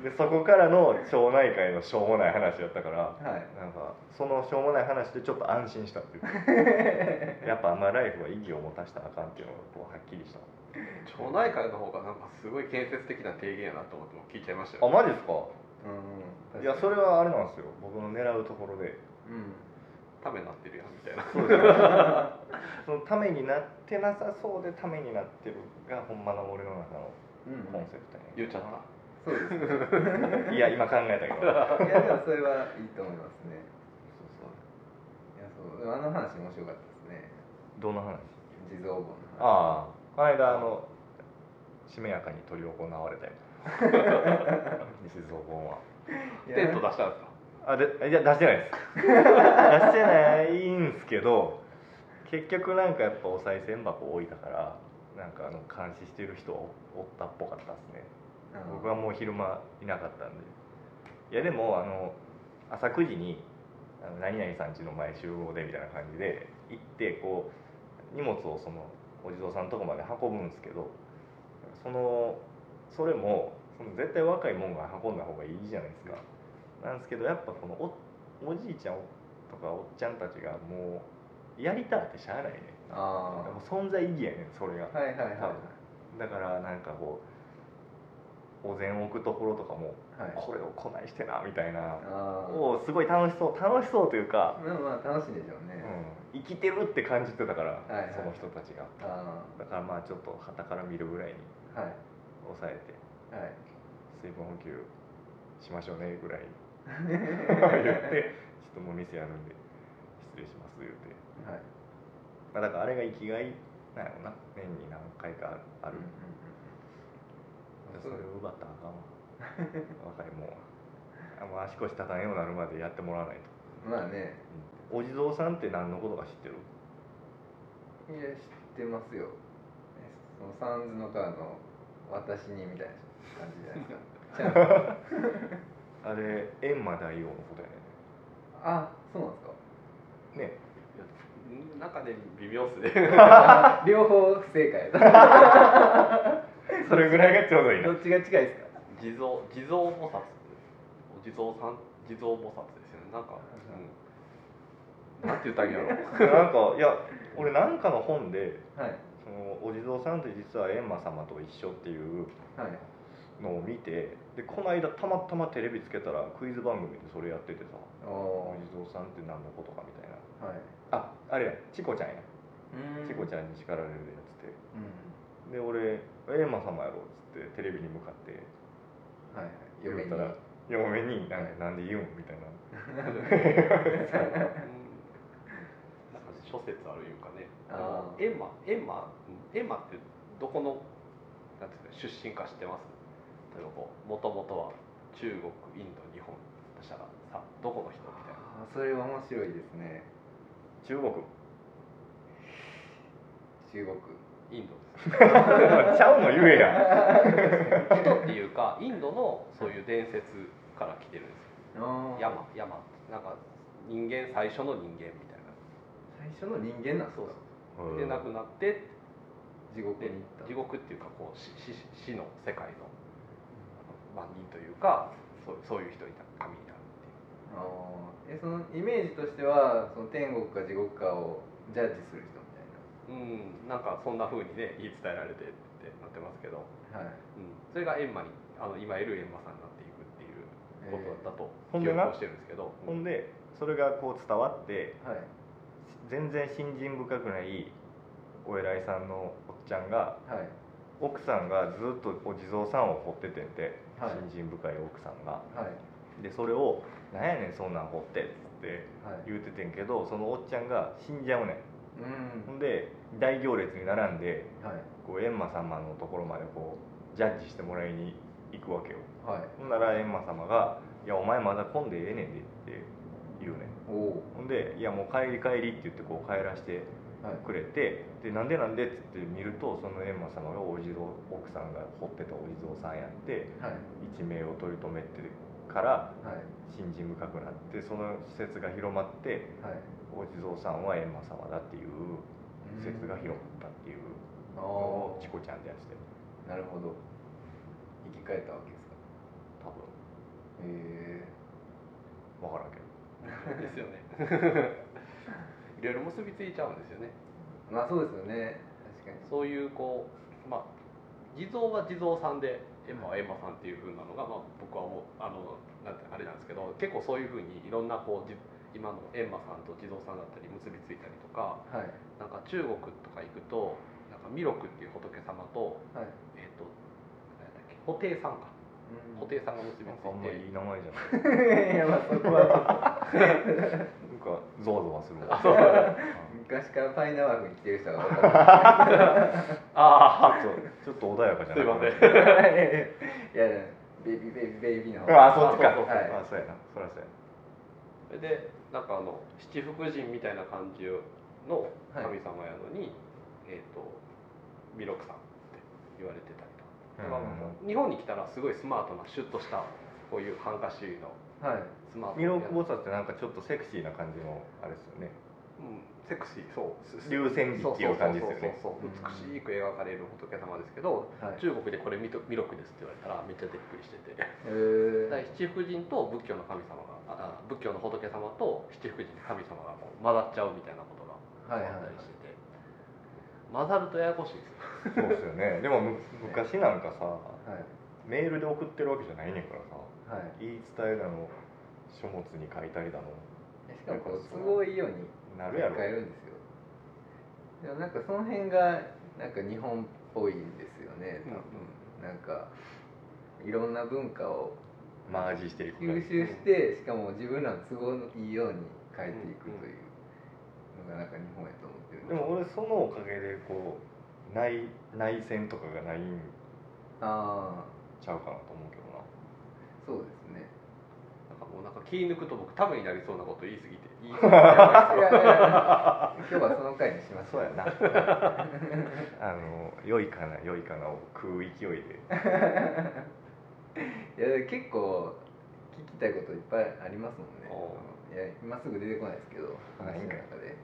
S2: でそこからの町内会のしょうもない話やったか
S1: は
S2: ら
S1: い
S2: なんかそのしょうもない話でちょっと安心した っていうやっぱあんまライフは意義を持たしたらあかんっていうのがこうはっきりした
S3: 町内会の方がなんかすごい建設的な提言やなと思ってもう聞いちゃいました
S2: あ
S3: よ
S2: マジですか
S1: うん
S2: いやそれはあれなんですよ僕の狙うところで
S1: うん
S3: ためになってるやんみたいな
S2: そうですねそのためになってなさそうでためになってるがほんまの俺の中の
S1: うん
S2: コンセプトやね
S3: 言っちゃった
S1: そうですね
S2: いや今考えたけどそう
S1: いやでもそれはいいと思いますね
S2: そう
S1: いやそうでもあの話面白かったですね
S2: どの話
S1: 地蔵盆の話
S2: ああこの間あのしめやかに取り行われたよ 西蔵本はい
S1: や
S3: テント出したんですか
S2: あでいや出してないです出してないんすけど結局なんかやっぱお賽銭箱置いたからなんかあの監視してる人はおおったっぽかったですね
S1: うん
S2: 僕はもう昼間いなかったんでいやでもあの朝9時にあの何々さん家の前集合でみたいな感じで行ってこう荷物をそのお地蔵さんのとこまで運ぶんですけどそのそれもその絶対若いもんが運んだ方がいいじゃないですかなんですけどやっぱこのおおじいちゃんとかおっちゃんたちがもうやりたってしゃあないね
S1: あ
S2: もう存在意義やねんそれが
S1: あはいはいはいはい
S2: だからなんかこうお膳置くところとかも
S1: はい
S2: これをこないしてなみたいな
S1: ああ
S2: をすごい楽しそう楽しそうというか、
S1: まあまあ楽しいでしょう
S2: う
S1: ね、
S2: ん、生きてるって感じてたから、
S1: はいはい
S2: その人たちが
S1: あ
S2: だからまあちょっと傍から見るぐらいに
S1: あはい
S2: 抑えて
S1: はい
S2: 水分補給しましょうね ぐらい言ってちょっともう店やるんで失礼します言うて、
S1: はい
S2: まあ、だからあれが生きがいなんやろな年に何回かあ
S1: あ
S2: る、それを奪ったらあかんわ若いもんはあもう足腰たたんようになるまでやってもらわないと、
S1: まあね
S2: お地蔵さんって何のことか知ってる
S1: いや知っってますよそのサンズの川の私にみたいな感じじゃないですかち ゃんと
S2: あれ閻魔大王のことや
S1: あそうなんですか
S2: ねんね
S3: うんなんかね微妙っすね
S1: あ 両方不正解だ
S2: それぐらいがちょうどいいな
S1: どっちが近いですか
S3: 地蔵地蔵菩薩お地蔵さん地蔵菩薩ですよねなんか、うん、なんて言ったらいいんやろ
S2: なんかいや俺なんかの本で
S1: はい
S2: そのお地蔵さんって実は閻魔様と一緒っていう
S1: はい
S2: のを見てでこの間たまたまテレビつけたらクイズ番組でそれやっててさ
S1: お
S2: お
S1: お
S2: 地蔵さんって何のことかみたいな
S1: ーはい
S2: ああれやチコちゃんや
S1: うん
S2: チコちゃんに叱られるやつでで俺「エーマ様やろ」っつってテレビに向かって
S1: うんはい
S2: 言
S1: 嫁
S2: っ
S1: に
S2: たら嫁に「なんかなんで言うん?」みたいな
S3: なんか諸説あるいうかね
S1: あー
S3: あのエンマエンマエンマってどこのなんていうんですか出身か知ってます例えばこうもともとは中国インド日本としたらさどこの人みたい
S1: あ
S3: な
S1: ーそれは面白いですね
S2: 中国
S1: 中国
S3: インドです
S2: ちゃうの言えや
S3: 人っていうかインドのそういう伝説から来てるんです
S1: あ
S3: よ
S1: ー
S3: 山山なんか人間最初の人間みたいな
S1: 最初の人間なんです
S3: そう
S1: か
S3: そうで亡くなって
S1: 地獄に
S3: で
S1: 行った
S3: 地獄っていうかこう死死死の世界の万人というかそうそういう人にな神になる
S1: あ
S3: っていう
S1: ーえそのイメージとしてはその天国か地獄かをジャッジする人み
S3: うんなんかそんな風にね言い伝えられてってなってますけど、
S1: たいなはい
S3: うん、それがエンマにあの今いるエンマさんになっていくっていうことだと
S2: ほん
S3: 記
S2: で
S3: 憶
S2: な
S3: をしてるんですけど、
S2: ほ
S3: うん
S2: んでそれがこう伝わって
S1: えーはい
S2: 全然信心深くないお偉いさんのおっちゃんが
S1: はい
S2: 奥さんがずっとお地蔵さんを掘っててんて、
S1: はい
S2: 信心深い奥さんが
S1: はい
S2: でそれを「なんやねんそんなん掘って」っつって
S1: はい
S2: 言うててんけどそのおっちゃんが死んじゃうねん
S1: う
S2: ほ
S1: ん
S2: んで大行列に並んで
S1: はい
S2: こう閻魔様のところまでこうジャッジしてもらいに行くわけよ
S1: はい
S2: ほんなら閻魔様が「いやお前まだ混んでええねんで」って言うねん
S1: おお
S2: ほんで「いやもう帰り帰り」って言ってこう帰らして
S1: はい
S2: くれて「でなんでなんで?」っつって見るとその閻魔様がお地蔵奥さんが掘ってたお地蔵さんやって
S1: はい
S2: 一命を取り留めてから
S1: はい
S2: 信心深くなってその説が広まって
S1: はい
S2: お地蔵さんは閻魔様だっていう説が
S1: うん
S2: 広まったっていう
S1: あ
S2: のをチ
S1: あ
S2: コちゃんでやってた
S1: な
S2: よ
S1: るほど生き返ったわけですか
S2: 多分
S1: へ
S2: 分からんけど
S3: ですよね いろいろ結びついちゃうんですよね
S1: えまあそうですよね確かに
S3: そういうこうまあ地蔵は地蔵さんでエマはエマさんっていう風なのが、まあ、僕は思うあのなんてあれなんですけど結構そういう風にいろんなこうじ今のエンマさんと地蔵さんだったり結びついたりとか
S1: はい
S3: なんか中国とか行くとなんか弥勒っていう仏様と,、
S1: はい
S3: えっと何だっけ布袋さんか
S1: うん
S3: 布袋さんが結び
S2: なん
S3: つ
S2: かあんま
S3: い
S2: い
S3: て
S2: い名前じゃな い
S1: いやまあそこは
S2: なんかゾワゾワするわ
S1: ちょっと昔からパイナワークに来てる人が分か
S3: ああ
S2: ちょっとちょっと穏やかじゃ
S3: す
S2: ないい
S3: ません
S1: るいやベイビーベイビーベイビーの方
S2: あそっちか
S3: そうそう
S1: そう
S2: あそうやなそらそうや
S3: それでなんかあの七福神みたいな感じの神様やのに、えっ、と弥勒さんって言われてたりとか、
S2: うん
S3: まあ日本に来たらすごいスマートなシュッとしたこういうハンカチの
S1: はい
S3: スマートな
S2: 弥勒菩薩ってなんかちょっとセクシーな感じのあれですよね
S3: うん、セクシーそうす
S2: 流線
S3: そう
S2: 儀っていう感じですよね
S3: そうそうそうそう美しく描かれる仏様ですけど、
S1: はい
S3: 中国でこれ弥勒弥勒ですって言われたらめっちゃびっくりしてて
S1: へー
S3: だから七福神と仏教の神様がああ仏教の仏様と七福神の神様がこう混ざっちゃうみたいなことが
S1: はいはい
S3: あったりしてて、混ざるとややこしいです
S2: そ
S3: よ
S2: うですよねでもむ昔なんかさ
S1: はい
S2: メールで送ってるわけじゃないねんからさ
S1: はい
S2: 言い伝えだの書物に書いたりだの
S1: えしかもこう都合いいように
S2: なるやろ
S1: 変えるんですよでもなんかその辺がなんか日本っぽいんですよね多分、なんかいろんな文化を
S2: マージしていく感
S1: 吸
S2: じ
S1: 収してしかも自分らの都合のいいように変えていくというのがなんか日本やと思ってるん
S2: でも俺そのおかげでこう内内戦とかがないん
S1: ああ
S2: ちゃうかなと思うけどな
S1: そうですね
S3: なんかもうなんか気抜くと僕タブになりそうなこと言い過ぎて言い過ぎてや
S1: いやいやいや今日
S3: ばいですよ
S1: はその回にしましょ
S2: そうや
S1: う
S2: なあの良いかな良いかなを食う勢いで
S1: いや結構聞きたいこといっぱいありますもんね
S3: お
S1: いや今すぐ出てこないですけど
S2: ない
S1: 話
S2: ん
S1: の中
S2: かい
S1: で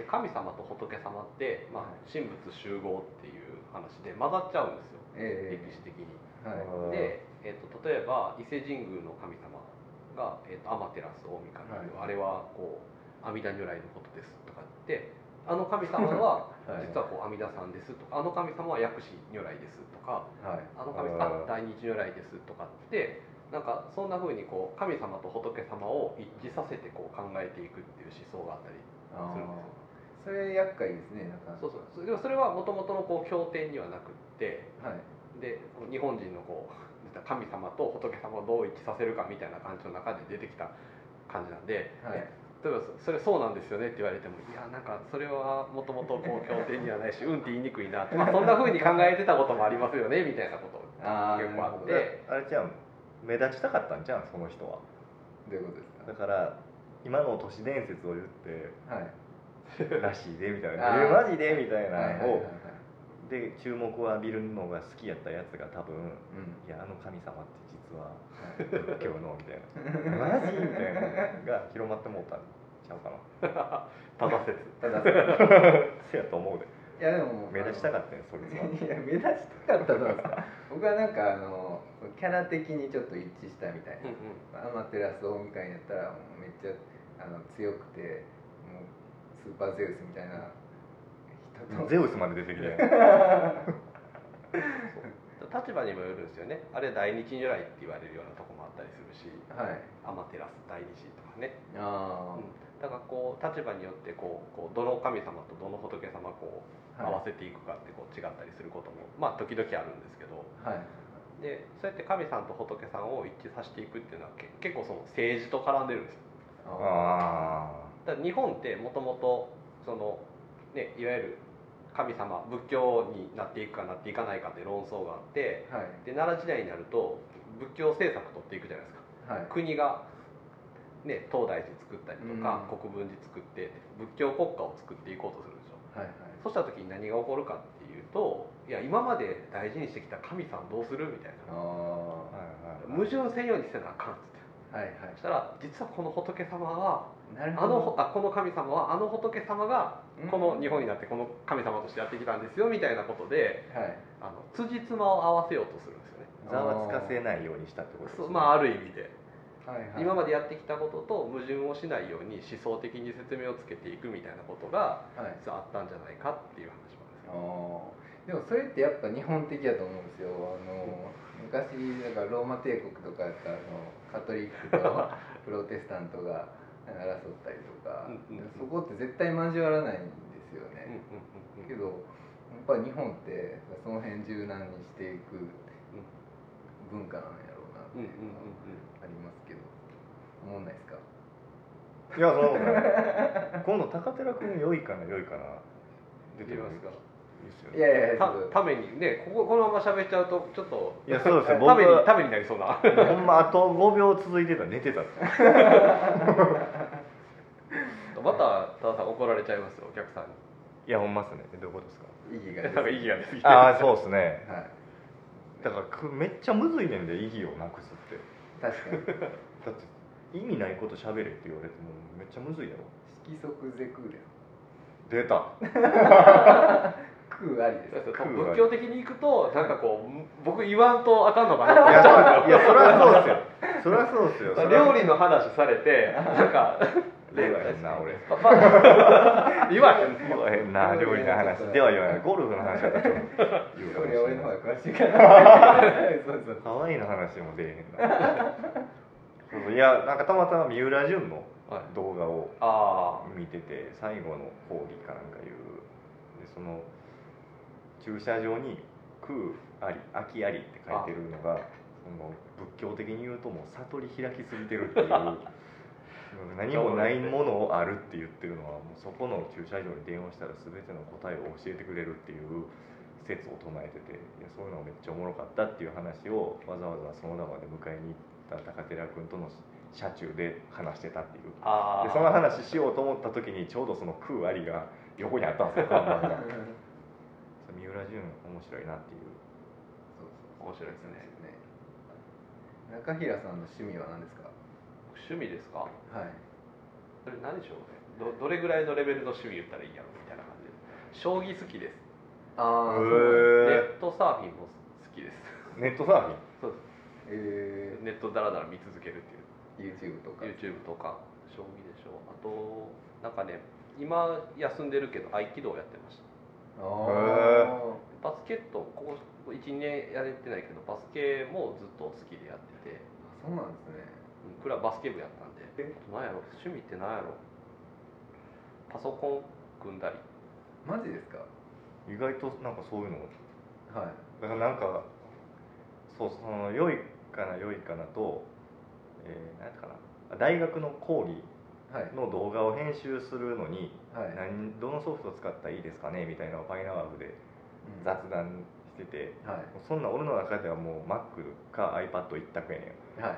S3: で神様と仏様って、まあ、神仏集合っていう話で混ざっちゃうんですよ
S1: え
S3: 歴史的に。
S1: えはい
S2: うん
S3: で、えっと例えば伊勢神宮の神様が、えっとアマテラス大神という、
S1: はい
S3: あれはこう阿弥陀如来のことですとかってあの神様は
S1: はい
S3: 実はこう阿弥陀さんですとかあの神様は薬師如来ですとか
S1: はい
S3: あの神
S2: う
S3: 様
S2: ん
S3: あ大日如来ですとかってなんかそんな風にこう神様と仏様を一致させてこう考えていくっていう思想があったり
S1: あ
S3: す
S1: ー
S3: るんですよ。
S1: それ厄介ですねなかなか
S3: そうそうでもそれはもともとのこう経典にはなくって
S1: はい
S3: でこう日本人のこう言ったら神様と仏様をどう一致させるかみたいな感じの中で出てきた感じなんで、
S1: はい
S3: 例えばそそれそうなんですよねって言われてもいやなんかそれはもともとこう経典にはないしうんって言いにくいなとまあそんな風に考えてたこともありますよねみたいなこと
S1: ああ
S3: 結構あって
S1: なる
S2: あれじゃん目立ちたかったんじゃんその人は
S1: ほどどういうことです
S2: だから今の都市伝説を言って
S1: かはい
S2: らしいでみた い
S1: あ
S2: な「
S1: ー
S2: えマジで?」みたい
S1: はい
S2: な
S1: はいはい
S2: の
S1: はい
S2: をで注目を浴びるのが好きやったやつが多分「いやあの神様って実は仏教の」みたい な「マジ?」みたいなのが広まってもうたんちゃうかな
S3: ただ説
S1: ただ
S2: せやと思うで
S1: いやでも
S2: 目立ちたかったよそいつは。
S1: いや目立ちたかったのは僕はなんかあのキャラ的にちょっと一致したみたいなアマテラス大神やったらもうめっちゃあの強くてもうスーパーゼウスみたいな 人と
S2: ゼウスまで出てきた よ
S3: 立場にもよるんですよねあれ大日如来って言われるようなとこもあったりするし
S1: はい
S3: アマテラス大日とかね
S1: あ
S3: うんだからこう立場によってこうこうどの神様とどの仏様こう
S1: あ
S3: 合わ
S1: は
S3: せていくかってこう違ったりすることもまあ時々あるんですけど
S1: い、はい
S3: でそうやって神さんと仏さんを一致させていくっていうのはけ結構その政治と絡んでるんですよ
S2: あ
S3: だから日本ってもともとそのねいわゆる神様仏教になっていくかなっていかないかって論争があって
S1: はい
S3: で奈良時代になると仏教政策取っていくじゃないですか
S1: はい
S3: 国が、ね、東大寺作ったりと
S1: う
S3: か、
S1: ん
S3: 国分寺作って仏教国家を作っていこうとするでしょ
S1: はいはい
S3: そした時に何が起こるかっていうといや今まで大事にしてきた神さんどうするみたい
S1: あ
S3: な
S2: あ
S1: あ
S3: 矛盾せんようにせなあかんっつって
S1: はいはい
S3: そしたら実はこの仏様は
S1: なるほ
S3: あのほ
S1: ど
S3: あこの神様はあの仏様が
S1: うん
S3: この日本になってこの神様としてやってきたんですよみたいなことで
S1: はい
S3: あの辻褄を合わせようとするんですよね
S2: ざわつかせないようにしたってことです
S3: そ
S2: ね
S3: うまあある意味で
S1: はいはい
S3: 今までやってきたことと矛盾をしないように思想的に説明をつけていくみたいなことが
S1: はい
S3: 実はあったんじゃないかっていう話なんで
S1: あーで
S3: すよ
S1: もそれってやっぱ日本的やと思うんですよあの昔なんかローマ帝国とかやったらあのカトリックとプ ロテスタントが争ったりとか
S3: うんうんうん
S1: そこって絶対交わらないんですよ
S3: うんうん
S1: ね、
S3: うん
S1: けどやっぱ日本ってその辺柔軟にしていく文化なんやろうなって
S3: うんうんうん
S1: いううのはありますけど思んないですか
S2: いやそんなことない今度高寺君良いかな良いかな出
S3: うん
S2: て
S3: い
S2: く
S3: ま
S2: る
S3: すか
S2: いいっすよ
S1: い
S2: ね
S1: やいやいやちょ
S3: た
S1: っと
S3: ためにねこここのまま喋っちゃうとちょっと
S2: いやそうですよ僕
S3: ために
S2: は
S3: ためになりそ うな
S2: ほんまあと5秒続いてたら寝てたって
S3: また多田さん怒られちゃいますよお客さんに
S2: いやほんまっすねえどういうことですか
S1: 意義が
S3: なんか意義が出すぎて
S2: ああそうっすね
S1: はい
S2: だからくめっちゃむずいねんで意義をなくすって
S1: 確かに
S2: だって意味ないこと喋れって言われてもめっちゃむずいやろ
S1: 色即是空です
S2: 出た
S1: 空ありです
S3: そうそう
S2: 空は
S3: 仏教的にいくとなんかこう僕言わんとあかんのか
S2: いやそ
S3: な
S2: いやそりゃそうっすよそりゃそうっすよそりゃ
S3: 料理の話されてなんか
S2: 言わへんな俺
S3: パパ 言わへん
S2: 言わへんな料理の話では言わないゴルフの話だったらちょっと言うかも
S1: こ
S2: し
S1: れ俺
S2: れ
S1: の方
S2: ない
S1: が詳しいからそうそう
S2: ハワイの話も出えへんなそうそういやなんかたまたま三浦淳の
S3: はい
S2: 動画を
S3: あ
S2: 見てて最後の講義かなんかいうでその駐車場に「空あり空きあり」って書いてるのがその仏教的に言うともう悟り開きすぎてるっていう何もないものをあるって言ってるのはもうそこの駐車場に電話したら全ての答えを教えてくれるっていう説を唱えてていやそういうのがめっちゃおもろかったっていう話をわざわざその場まで迎えに行った高寺君との車中で話してたっていう
S3: あ
S2: で
S3: ー
S2: その話しようと思った時にちょうどその「空あり」が横にあったんですよ看板が三浦淳面白いなっていう
S3: 面白いですね
S1: 中平さんの趣味は何ですか
S3: 趣味です
S1: は
S3: か
S1: い
S3: それ何でしょうねどどれぐらいのレベルの趣味言ったらいいんやろみたいな感じで将棋好きです
S1: ああ
S3: ネ
S2: へ
S3: ットサーフィンも好きです
S2: え ネットサーフィン
S3: そうで
S1: え
S3: すネットダラダラ見続けるっていう
S1: ー、YouTube とか
S3: YouTube とか将棋でしょうあとなんかね今休んでるけど合気道やってました
S1: あ
S3: バスケットここ12年やれてないけどバスケもずっと好きでやってて
S1: あそうなんですね
S3: うんクラブバスケ部やったんで
S1: え
S3: 何やろ趣味って何やろパソコン組んだり
S1: マジですか
S2: 意外となんかそういうの
S1: はい
S2: だからなんかそうその良いかな良いかなと、えー、なんかなあ大学の講義
S1: はい
S2: の動画を編集するのに
S1: はい、
S2: 何どのソフト使ったらいいですかねみたいなのをパイナワークで
S1: うん
S2: 雑談してて
S1: は
S2: もうそんな俺の中ではもう Mac か iPad 一択やね
S1: いは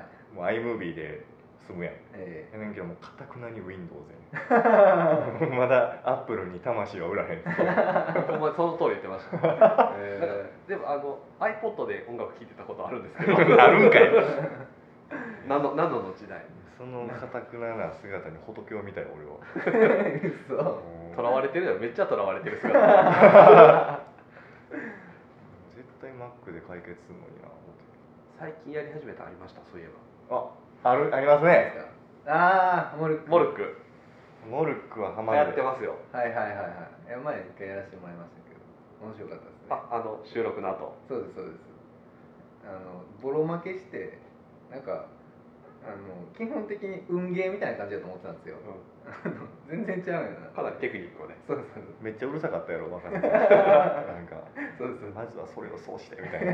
S1: い
S2: んもう iMovie で済むやん
S1: え
S2: やねんけどもうかたくなに Windows
S1: ー、
S2: やねん まだ Apple に魂は売らへん
S3: お前その通り言ってま したなんか
S1: え
S3: でもあの iPod で音楽聴いてたことあるん ですけど
S2: あるんかい
S3: 何の何の時代
S2: そのかたくなな姿に仏を見たよ俺は
S1: ー、 嘘
S3: とらわれてるよめっちゃとらわれてる姿
S2: 絶対 Mac で解決するのにな思って
S3: 最近やり始めたのありましたそういえ
S2: あるありますね
S1: ああモル
S3: ばモルック
S2: モルックはハマる
S3: やってますよ
S1: はいはいはいはいいや前一回やらせてもらいましたけど面白かったですね
S3: ああの収録の後
S1: そうですそうですあのボロ負けしてなんかあの基本的に運ゲーみたいな感じだと思ってたんですよあの 全然違うよな
S3: かなりテクニックをね
S1: そうそう
S2: めっちゃうるさかったやろ若さんなんか
S1: そうそう
S2: まずはそれをそうしてみたいな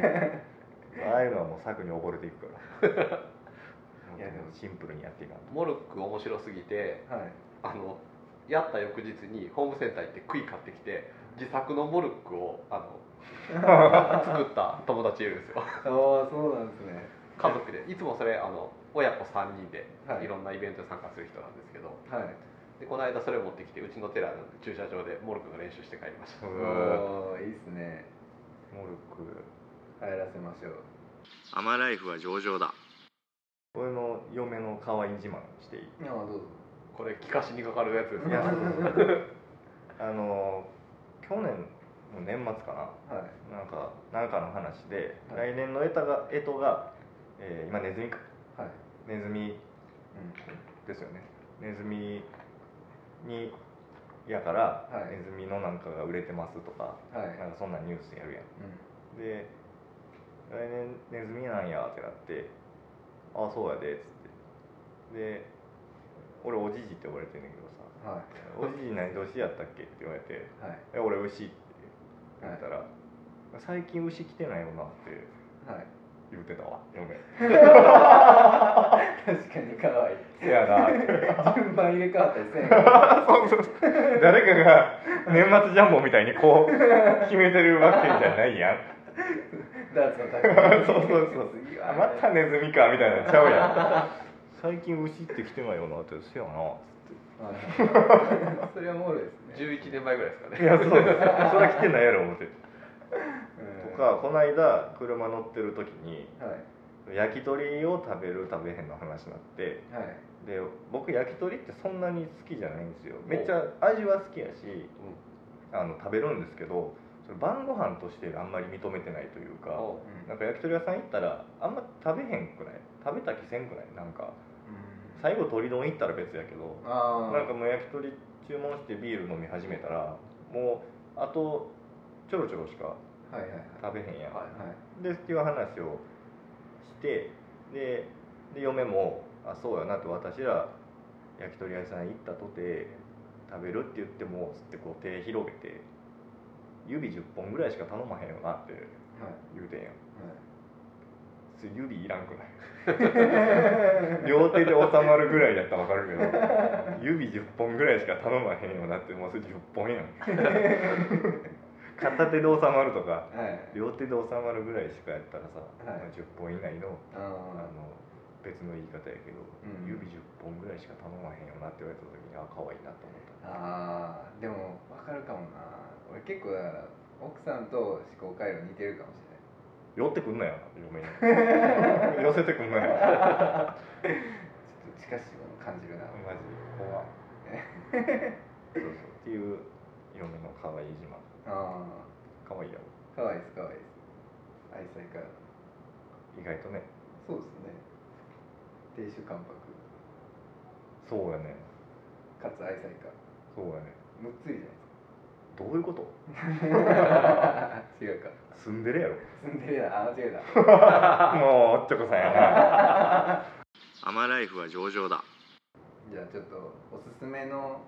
S2: ああいうのはもう策に溺れていくから
S1: いやでも
S2: シンプルにやっていかんと
S3: モルック面白すぎて
S1: はい
S3: あのやった翌日にホームセンター行って杭買ってきて自作のモルックをあ の作った友達いるんですよ
S1: ああそうなんですね
S3: 家族でいつもそれあの親子3人で
S1: はい
S3: いろんなイベントに参加する人なんですけど、
S1: はい
S3: でこの間それを持ってきてうちの寺の駐車場でモルックの練習して帰りました
S2: うー
S1: おーいいっすね
S2: モルック
S1: 流行らせましょう
S3: 「アマライフは上々だ
S2: 俺の嫁の可愛い自慢していい
S1: ああどうぞ」
S3: これ聞かしにかかるやつです
S2: い
S3: ね
S2: やあの去年の年末か
S1: はい
S2: ななんかなんかの話で、
S1: はい
S2: 来年の干支が干支が、えー今ネズミか
S1: はい
S2: ネズミ
S1: うん
S2: ですよねネズミにやから、
S1: はい
S2: ネズミのなんかが売れてますとか
S1: はい
S2: なんかそんなニュースやるやんで来年ネズミなんやってなって「ああそうやで」っつってで俺おじじって呼ばれてんねんけどさ
S1: うんは
S2: 「おじじ何年やったっけ?」って言われて
S1: いはい
S2: 「え俺牛」って言ったら「最近牛来てないよな」って
S1: はい
S2: 言ってたわ嫁
S1: 確かに可 愛い
S2: せやなって
S1: 順番入れ替わったりせん
S2: そうそうそう誰かが年末ジャンボみたいにこう決めてるわけじゃないやん
S1: ダーツの
S2: そう
S1: 高
S2: そうそう
S1: 次
S2: あ
S1: は
S2: またネズミかみたいなのちゃうやん最近牛って来てないよなってせやな
S1: はいはいそれはおもろいですね
S3: 11年前ぐらいですか
S2: い
S3: ね
S2: やそうそれは来てないやろ思って
S1: うん
S2: とかこの間車乗ってる時に
S1: はい
S2: 焼き鳥を食べる食べへんの話になって
S1: はい
S2: で僕焼き鳥ってそんなに好きじゃないんですよめっちゃ味は好きやしあの食べるんですけどそれ晩ご飯としてあんまり認めてないというか
S3: おう
S2: なんか焼き鳥屋さん行ったらあんま食べへんくない食べた気せんくないなんか
S1: うん
S2: 最後鳥丼行ったら別やけど
S1: あー
S2: なんかもう焼き鳥注文してビール飲み始めたらもうあとちょろちょろしか
S1: はいはいはい
S2: 食べへんやん、
S3: は
S1: はい
S2: でっていう話をしてでで嫁も「あそうやな」と私ら焼き鳥屋さん行ったとて食べるって言ってもつってこう手広げて指10本ぐらいしか頼まへんよなって言うてんやんそれ指いらんくない両手で収まるぐらいやったら分かるけど指10本ぐらいしか頼まへんよなってもうそれ10本やん片手で収まるとか
S1: はいはいはい
S2: 両手で収まるぐらいしかやったらさ、
S1: い
S2: まあ10本以内の
S1: あ
S2: あの別の言い方やけど、
S1: うん
S2: 指10本ぐらいしか頼まへんよなって言われた時にあ可愛いなと思った
S1: あーでも分かるかもな俺結構だから奥さんと思考回路似てるかもし
S2: 寄ってくんなよ嫁 に寄せてくんなよ
S1: れないちょっと近しいもの感じるな
S2: マジ怖い そうそうっていう嫁の可愛い自慢
S1: あ
S2: 可愛いやろ
S1: あかわいいですかわいいです愛妻家
S2: 意外とね
S1: そうですね亭主関白
S2: そうやね
S1: かつ愛妻家
S2: そうやね
S1: むっつりじゃ
S2: どういうこと
S1: ないですか違うか
S2: 住んでるやろ
S1: 住んでるなあ間違えた
S2: もうおっちょこさんや なアマライフは上々だ
S1: じゃあちょっとおすすめの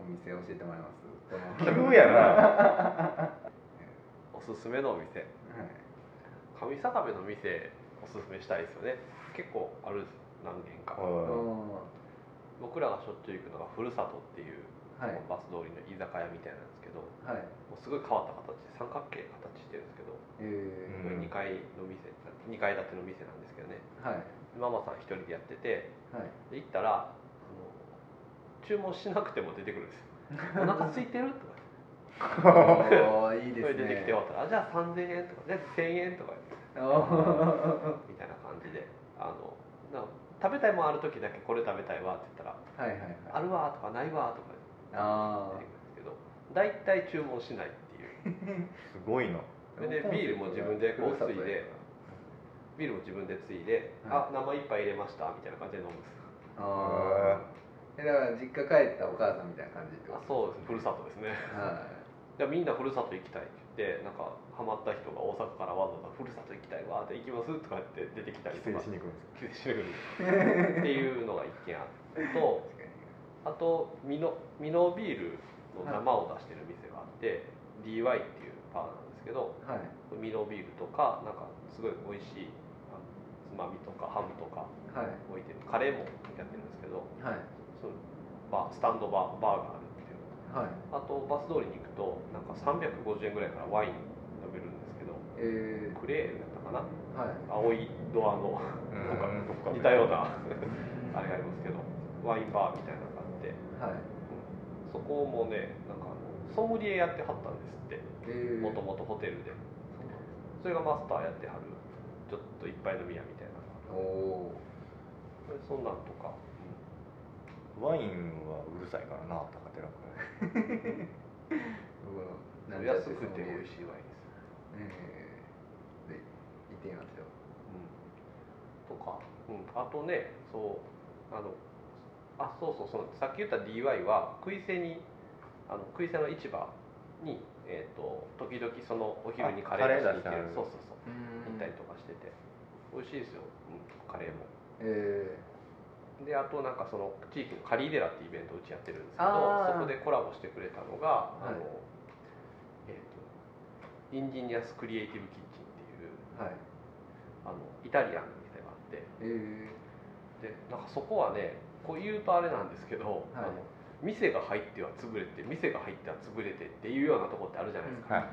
S1: お店教えてもらいますこの
S2: 急
S1: はい
S2: やな
S3: おすすめのお店上坂部の店おすすめしたいですよね結構あるんですよ何軒か
S2: お
S3: 僕らがしょっちゅう行くのがふるさとっていう、
S1: はい
S3: バス通りの居酒屋みたいなんですけども
S1: はい、
S3: うすごい変わった形で三角形の形してるんですけど、
S1: えー
S2: うん
S3: 2階の店2階建ての店なんですけどね
S1: はい
S3: ママさん一人でやってて
S1: はい
S3: で行ったらあの注文しなくても出てくるんです よお腹空いてると
S1: お
S3: か
S1: ーいい
S3: そ
S1: です
S3: れ
S1: ね
S3: 出てきて終 わったらあ「じゃあ3000円」とか「じゃあ1000円」とか
S1: おー
S3: みたいな感じであのなんか食べたいもんある時だけこれ食べたいわって言った
S1: は
S3: ら「
S1: いはいはい
S3: あるわ」とか「ないわ」とか
S1: あ
S3: 出てくるんですけど大体注文しないっていう
S2: すごいな
S3: それでビールも自分でこうついでビールも自分でついで「
S1: は
S3: あ生一杯入れました」みたいな感じで飲むんです
S1: ああだから実家帰ったお母さんみたいな感じってこ
S3: あ
S1: と
S3: そうですふるさとですね
S1: は
S3: じゃあみんなふるさと行きたいって言ってなんかハマった人が大阪からわざわざ「ふるさと行きたいわ」って「行きます?」とかって出てきたり
S2: 帰
S3: とか
S2: 省しに行くんです
S3: 帰省しに行く っていうのが一軒あると
S1: い確か
S3: あとミノミノビールの生を出してる店があって、DY っていうバーなんですけど
S1: にはい
S3: ミノビールとかなんかすごい美味しいあのつまみとかハムとか
S1: はい
S3: 置いてるカレーもやってるんですけど
S1: はい
S3: そのバースタンドバーバーがあるっていう
S1: はい
S3: あとバス通りに行くとなんか350円ぐらいからワイン飲めるんですけど
S1: え
S3: クレールだったかな
S1: ー、はい
S3: 青いドア の
S2: うんどっか
S3: 似たようなあれがありますけどワインバーみたいなのがあって
S1: はい
S3: そこもねなんかあのソムリエやってはったんですって
S1: えー、
S3: もともとホテルでそれがマスターやってはるちょっといっぱい飲み屋みたいな
S1: おお
S3: そんなんとか
S2: ワインはうるさいからな高寺
S1: ーうわ
S3: 安くて美味
S1: い
S3: しいワインですよ、
S1: えー、で行ってみましょう
S3: うん、とか、うん、あとねそうあのあそうそうそのさっき言った DY は食いせにあの食いせの市場に、えー、と時々そのお昼にカレー出しに
S2: あカ
S3: 行け
S2: レー出し
S3: るそう
S2: て
S3: そうそう
S1: う
S3: 行っ
S1: ん
S3: たりとかしてて美味しいですよ、うん、カレーも
S1: え
S3: であとなんかその地域のカリーデラってイベントをうちやってるんですけど
S1: あー
S3: そこでコラボしてくれたのが、あ
S1: はい
S3: のえー、とインジニアスクリエイティブキッチン
S1: ー、
S3: っていう
S1: はい
S3: あのイタリアンの店があって
S1: えー、
S3: でなんかそこはねこう言うとあれなんですけど、あの店が入っては潰れて店が入っては潰れてっていうようなとこってあるじゃないですか、
S2: はい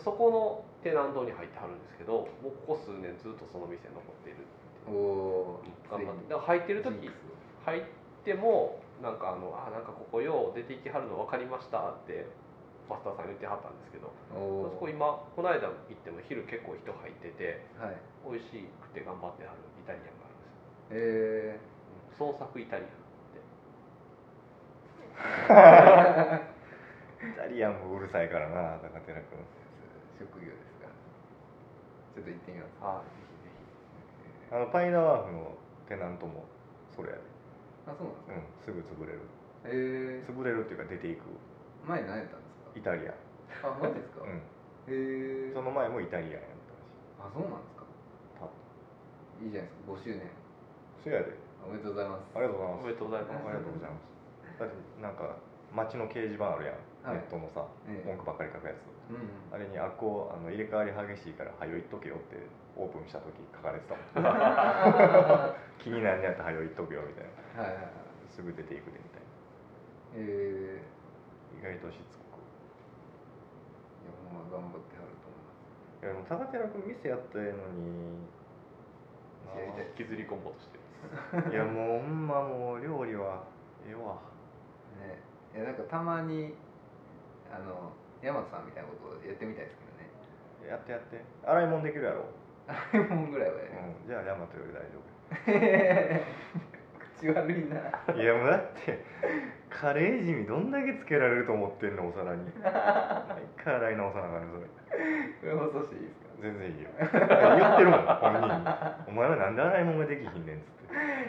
S3: そこのテナントに入ってはるんですけどもうここ数年ずっとその店残っている
S1: おお
S3: 頑張ってだから入ってる時入ってもなんかあのあなんかここよう出ていきはるの分かりましたってマスターさん言ってはったんですけど
S1: おお
S3: そこ今この間行っても昼結構人入ってて
S1: はい
S3: 美味しくて頑張ってはるイタリアンがあるんですよ
S1: え
S3: 創作イタリアン
S2: イタリアンもうるさいからな高寺君
S1: ー、職業ですかちょっと行ってみます
S3: はいぜひぜ
S2: あのパイナワーフのテナントもそれやで
S1: あそうなんですか
S2: うんすぐ潰れる
S1: え
S2: 潰れるっていうか出ていく
S1: ー、前何やったんですか
S2: イタリアン
S1: あ、マジですか。
S2: う
S1: へえ
S2: んその前もイタリアンやっ
S1: あ、
S2: た
S1: そうなんですか。
S2: し多分
S1: いいじゃないですか。5周年。
S2: そやで
S1: おめでとうございます。
S2: ありがとうござい
S3: ひ
S2: ます
S3: おめでとうござ
S2: あ
S3: います
S2: りがとうございますだってなんか街の掲示板あるやん、
S1: はい
S2: ネットのさ
S1: え
S2: 文句ばっかり書くやつ
S1: えうんうん。
S2: あれにあっこあの入れ替わり激しいから「はよいっとけよ」ってオープンした時書かれてたも ん気になんねやったら「はよいっとけよ」みたいな
S1: はいはいはい。
S2: すぐ出ていくでみたい
S1: ええ
S2: な意外としつこく
S1: いや、ほんま頑張ってはると思います。
S2: いやでも高寺君店やったらええのに
S1: いやいいて
S3: 削り込もうとして
S2: い
S3: る
S2: やもうほんまもう料理はええわ
S1: ねいやなんかたまにあの山田さんみたいなことやってみたいですけ
S2: やってやって洗い物できるやろ、
S1: どね あれもぐらいはや
S2: う
S1: る、
S2: ん、じゃあヤマトより大丈夫
S1: 口悪いない
S2: やもうだってカレー地味どんだけつけられると思ってんのお皿に毎回洗い直さなあかんね
S1: こ
S2: そ
S1: れも阻止いいですか
S2: れ全然いいよ言ってる もん本人に「お前はなんで洗い物ができひんねん」っつっ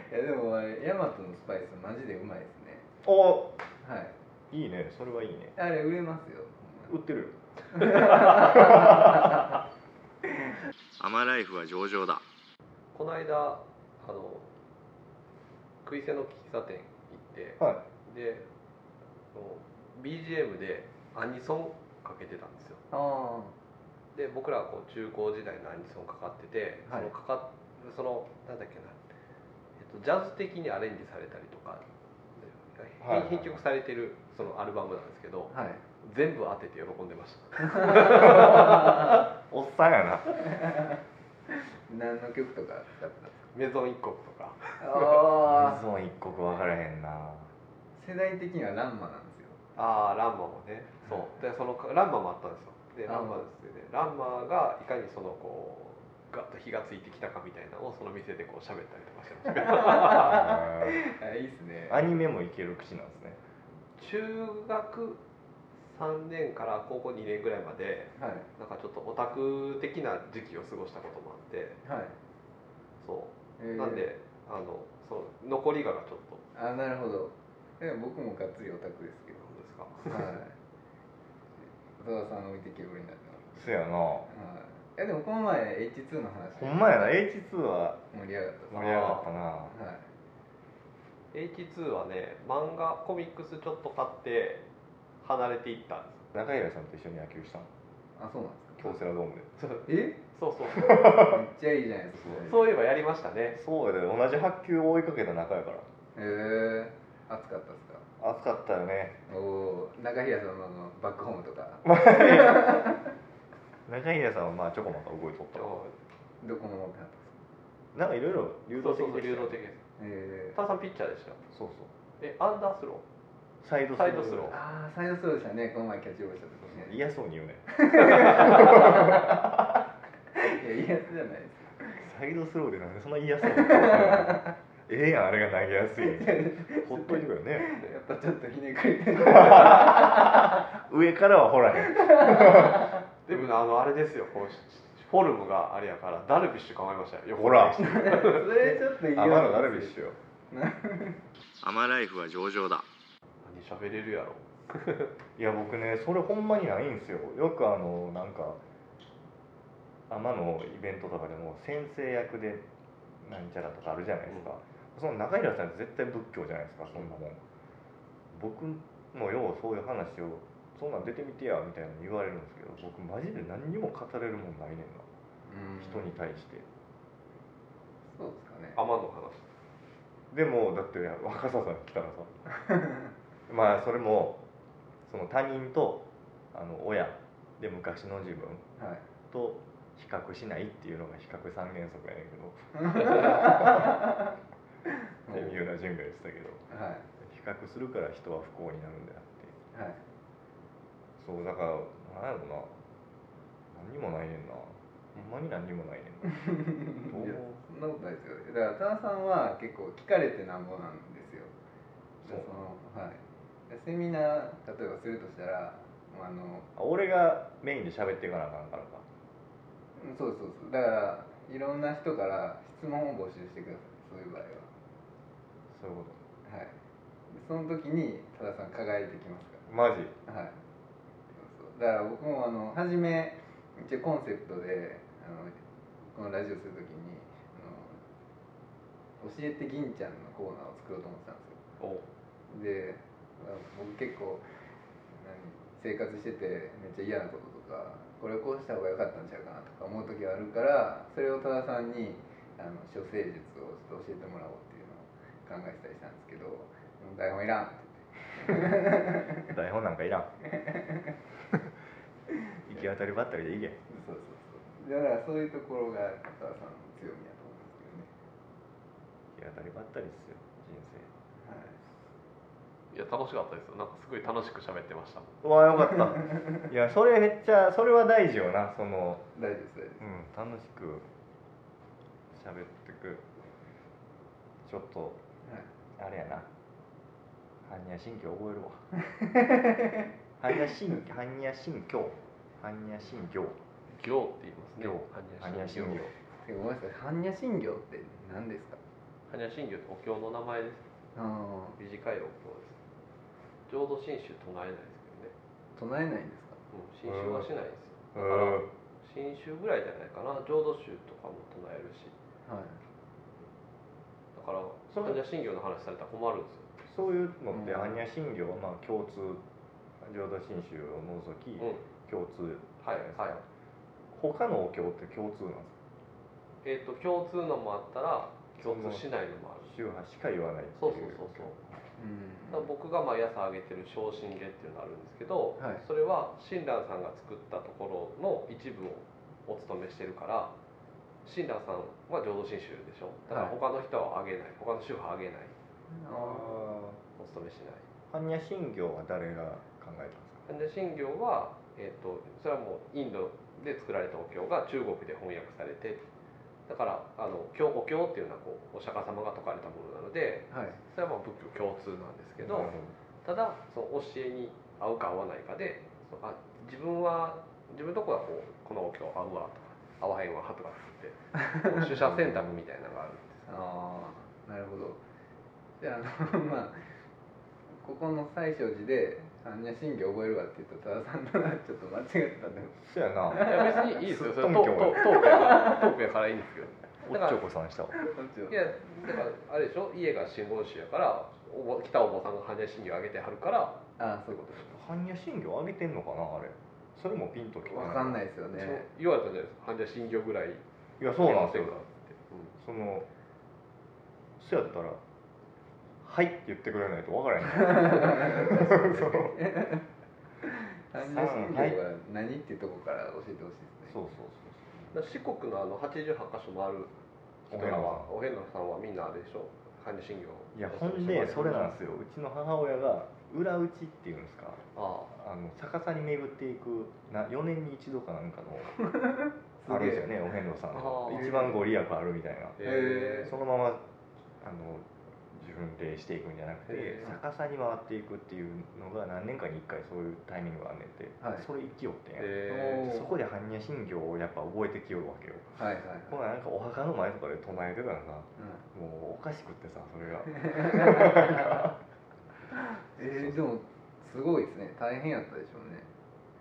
S2: て
S1: いやでもあれヤマトのスパイスマジでうまいですね
S2: 「お
S1: はい
S2: いいねそれはいいね
S1: あれ売れますよ
S2: 売ってる よアマライフは上々だ
S3: この間あの食いせの喫茶店行って
S2: はい
S3: であの BGM でアニソンかけてたんですよ
S1: あ
S3: で僕らはこう中高時代のアニソンかかってて、
S1: はい
S3: そのかかそのなんだっけな、えっと、ジャズ的にアレンジされたりと
S2: は
S3: か、
S2: いはい
S3: 編曲されてるそのアルバムなんですけど
S1: あはい
S3: 全部当てて喜んでました
S2: おっさんやな
S1: 何の曲とかだったんで
S3: メゾン一国とか
S1: すかああ
S2: 水も一刻分からへんな
S1: 世代的にはランマなんですよ
S3: ああランマもねそうでそのランマもあったんですよでランマですよねランマがいかにそのこうガッと火がついてきたかみたいなのをその店でこう喋ったりとかしてましたけど
S2: あ
S1: あいいっすね
S2: ーアニメもいける口なんですね
S3: 中学3年から高校2年ぐらいまで
S1: はい
S3: なんかちょっとオタク的な時期を過ごしたこともあって
S1: はい、
S3: そ
S1: え
S3: う
S1: ー
S3: なんであのその残りががちょっと
S1: あなるほどでも僕もがっつりオタクですけど
S3: なんですか
S1: はい小田さん置いてけぼりになってます
S2: そやなほ
S1: はいいやでもこの前 H2 の話
S2: んまやな H2 は
S1: 盛り上がったっす
S2: 盛り上がったな
S1: はい
S3: H2 はね漫画コミックスちょっと買って離れていったんです
S2: 中平さんと一緒に野球したの
S1: あそうなんですか
S2: 京セラドームで
S1: え
S3: そうそう
S1: めっちゃいいじゃないですかう
S3: そういえばやりましたね。
S2: そうやで同じ発球を追いかけた仲やか
S1: へえー、暑かったっすから
S2: 熱かったよね
S1: おお中平さんのあのバックホームとか
S2: 中平さんはまあちょこまか動いとったわ
S1: どこも持ってなかったです
S2: なんかいろいろ流動的
S3: そうそうそう
S2: でし
S3: 流
S2: た
S3: 動
S2: よ
S3: 的です。
S1: え
S3: ターさんピッチャーでした。
S2: そうそう
S3: え、アンダースロ
S2: サイド
S3: サイドスロ
S1: ー、ああサイドスローでしたねこの前キャッチボールしたとこね
S2: 嫌そうに言うね
S1: いやいいやつじゃないです
S2: サイドスローでなんでそんな嫌そうに ええやんあれが投げやすいほっといてくれよね
S1: やっぱちょっとひねくれてる
S2: 上からはほらへん
S3: ー。でもねあのあれですよ。こうしフォルムがあれやからダルビッシュ構えましたよ。
S2: ほら
S3: 横に
S1: それちょっといい
S2: 天野ダルビッシュよ
S4: アマライフは上々だ
S3: 何喋れるやろ。
S2: いや僕ねそれほんまにないんですよよくあのなんか天野イベントとかでも先生役でなんちゃらとかあるじゃないですか、その中平さんって絶対仏教じゃないですかそんなもん、僕もようそういう話をそんなん出てみてやみたいなの言われるんですけど僕マジで何にも語れるもんないねんな
S1: うん
S2: 人に対して
S1: そうですかね
S3: アマの話。
S2: でもだって若狭さん来たらさまあそれもその他人とあの親で昔の自分
S1: はい
S2: と比較しないっていうのが比較三原則やねんけどって三浦淳が言ってたけど
S1: はい
S2: 比較するから人は不幸になるんだって
S1: はい
S2: そうだからなんやろな何にもないねんなほんまに何にもないねんなどう
S1: いやそんなことないですよだから田中さんは結構聞かれてなんぼなんですよ
S2: そう
S1: そのはいセミナー例えばするとしたらあの
S2: あ俺がメインで喋っていかなあかんからか
S1: うんそうそうそうだからいろんな人から質問を募集してくださいそういう場合は
S2: そういうこ
S1: はいでその時に多田さん輝いてきますか
S2: とマジ
S1: らはいそうそうだから僕もあの初め一応コンセプトであのこのラジオする時にあの教えて銀ちゃんのコーナーを作ろうと思ってたんですよであ
S3: お
S1: 僕結構何生活しててめっちゃ嫌なこととかこれをこうした方が良かったんちゃうかなとか思う時があるからそれを多田さんにあの処世術をちょっと教えてもらおうっていうのを考えてたりしたんですけど「台本いらん」って
S2: 台本なんかい らん行き当たりばったりでいいけ
S1: 言ってそうそうそうだからそういうところが多田さんの強みだと思うんですけどね
S2: ったりですよ人
S3: いや楽しかったですよなんかすごい楽しく喋ってましたもん
S2: 生わあよかっ たいやそれめっちゃそれは大事よなその
S1: 大丈夫です大丈夫です
S2: うん楽しく喋ってくちょっと
S1: はい
S2: あれやな般若心経覚える わ般若心般若心経般若心経
S3: 行って言いますね
S2: 行
S3: 般
S2: 般若
S3: 若
S2: 心
S3: 心経
S2: 経
S1: てかごめんなさい般若心経って何ですか
S3: 般若心経ってお経の名前です
S1: ああ
S3: 短いお経です浄土真宗唱えないですけど
S1: 唱
S3: ね
S1: えないんですか
S3: うん真宗はしないですよ
S2: う
S3: だから
S2: ん
S3: 真宗ぐらいじゃないかな浄土宗とかも唱えるし
S1: はい
S3: だから
S2: それ
S3: 般若心経の話されたら困るんです
S2: そ
S3: よ
S2: ういうのって
S1: うん
S2: 般若心経はまあ共通浄土真宗を除き、
S3: うん
S2: 共通
S3: はいはい
S2: 他のお経って共通なんですか
S3: えっ、と共通のもあったら共通しないのもある
S2: 宗派しか言わないっていう
S3: そうそうそうそうだから
S1: う
S3: 僕が毎朝あげてる「昇進下」っていうのがあるんですけど、
S1: はい
S3: それは親鸞さんが作ったところの一部をお勤めしてるから親鸞さんは浄土真宗でしょだから
S1: はい
S3: 他の人はあげない他の宗派はあげない
S1: んあ
S3: お勤めしない
S2: あー般若心経は誰が考えたんですか
S3: で真経は、えっとそれはもうインドで作られたお経が中国で翻訳されてだからあの経お経っていうのはこうお釈迦様が説かれたものなので
S1: はい
S3: それはまあ仏教共通なんですけど、
S2: なるほ
S3: ただその教えに合うか合わないかでそのあ自分は自分のとこはこうこのお経合うわとか合わへんわとかって言ってこう取捨選択みたいなのがあるんですよ
S1: ああなるほどじゃああの まあここの最勝寺で般若心経覚えるわって言ったら多田さんのはちょっと間違ってたんで
S2: そうやな
S3: いや別にいいですよそれ
S2: すっとん
S3: ト
S2: きょう
S3: ートートークやからトークやからいいんですけど
S2: おっちょこさんしたわ
S3: いやだからあれでしょ家が真言宗やからおぼ来たお坊さんが般若心経あげてはるから
S1: ああそういうこ
S2: 般若心経上げてんのかなあれそれもピンときて
S1: とわかんないいですよね
S3: そう言われたんじゃないですか般若心経ぐらい
S2: いやそうなんですよ
S3: あげませか
S2: そのそうやったら「はい」って言ってくれないと分 からへんそう
S1: 般若心経は何っていうとこから教えてほしいです
S2: そ
S1: ね
S2: うそう
S3: だから四国のあの88箇所もある
S2: そう
S3: 人らはお遍路さんはみんなあれでしょ般若心経を
S2: いやほんでそれなんですようちの母親が裏打ちっていうんですか
S3: あ
S2: あの逆さに巡っていくな4年に一度かなんかの
S1: すげえ
S2: あるんですよねお遍路さんの
S3: あー
S2: 一番ご利益あるみたいな
S3: あ
S1: へえ
S2: そのままあの巡礼していくんじゃなくて
S3: へえ
S2: 逆さに回っていくっていうのが何年かに1回そういうタイミングがあんねんて、
S1: はい
S2: それ生きよってんや、
S3: へ
S1: え
S2: そこで般若心経をやっぱ覚えてきよるわけよ
S1: はいはいはい
S2: ほらなんかお墓の前とかで唱えてたらさもうおかしくってさそれが
S1: うんえーでもすごいですね大変やったでしょうね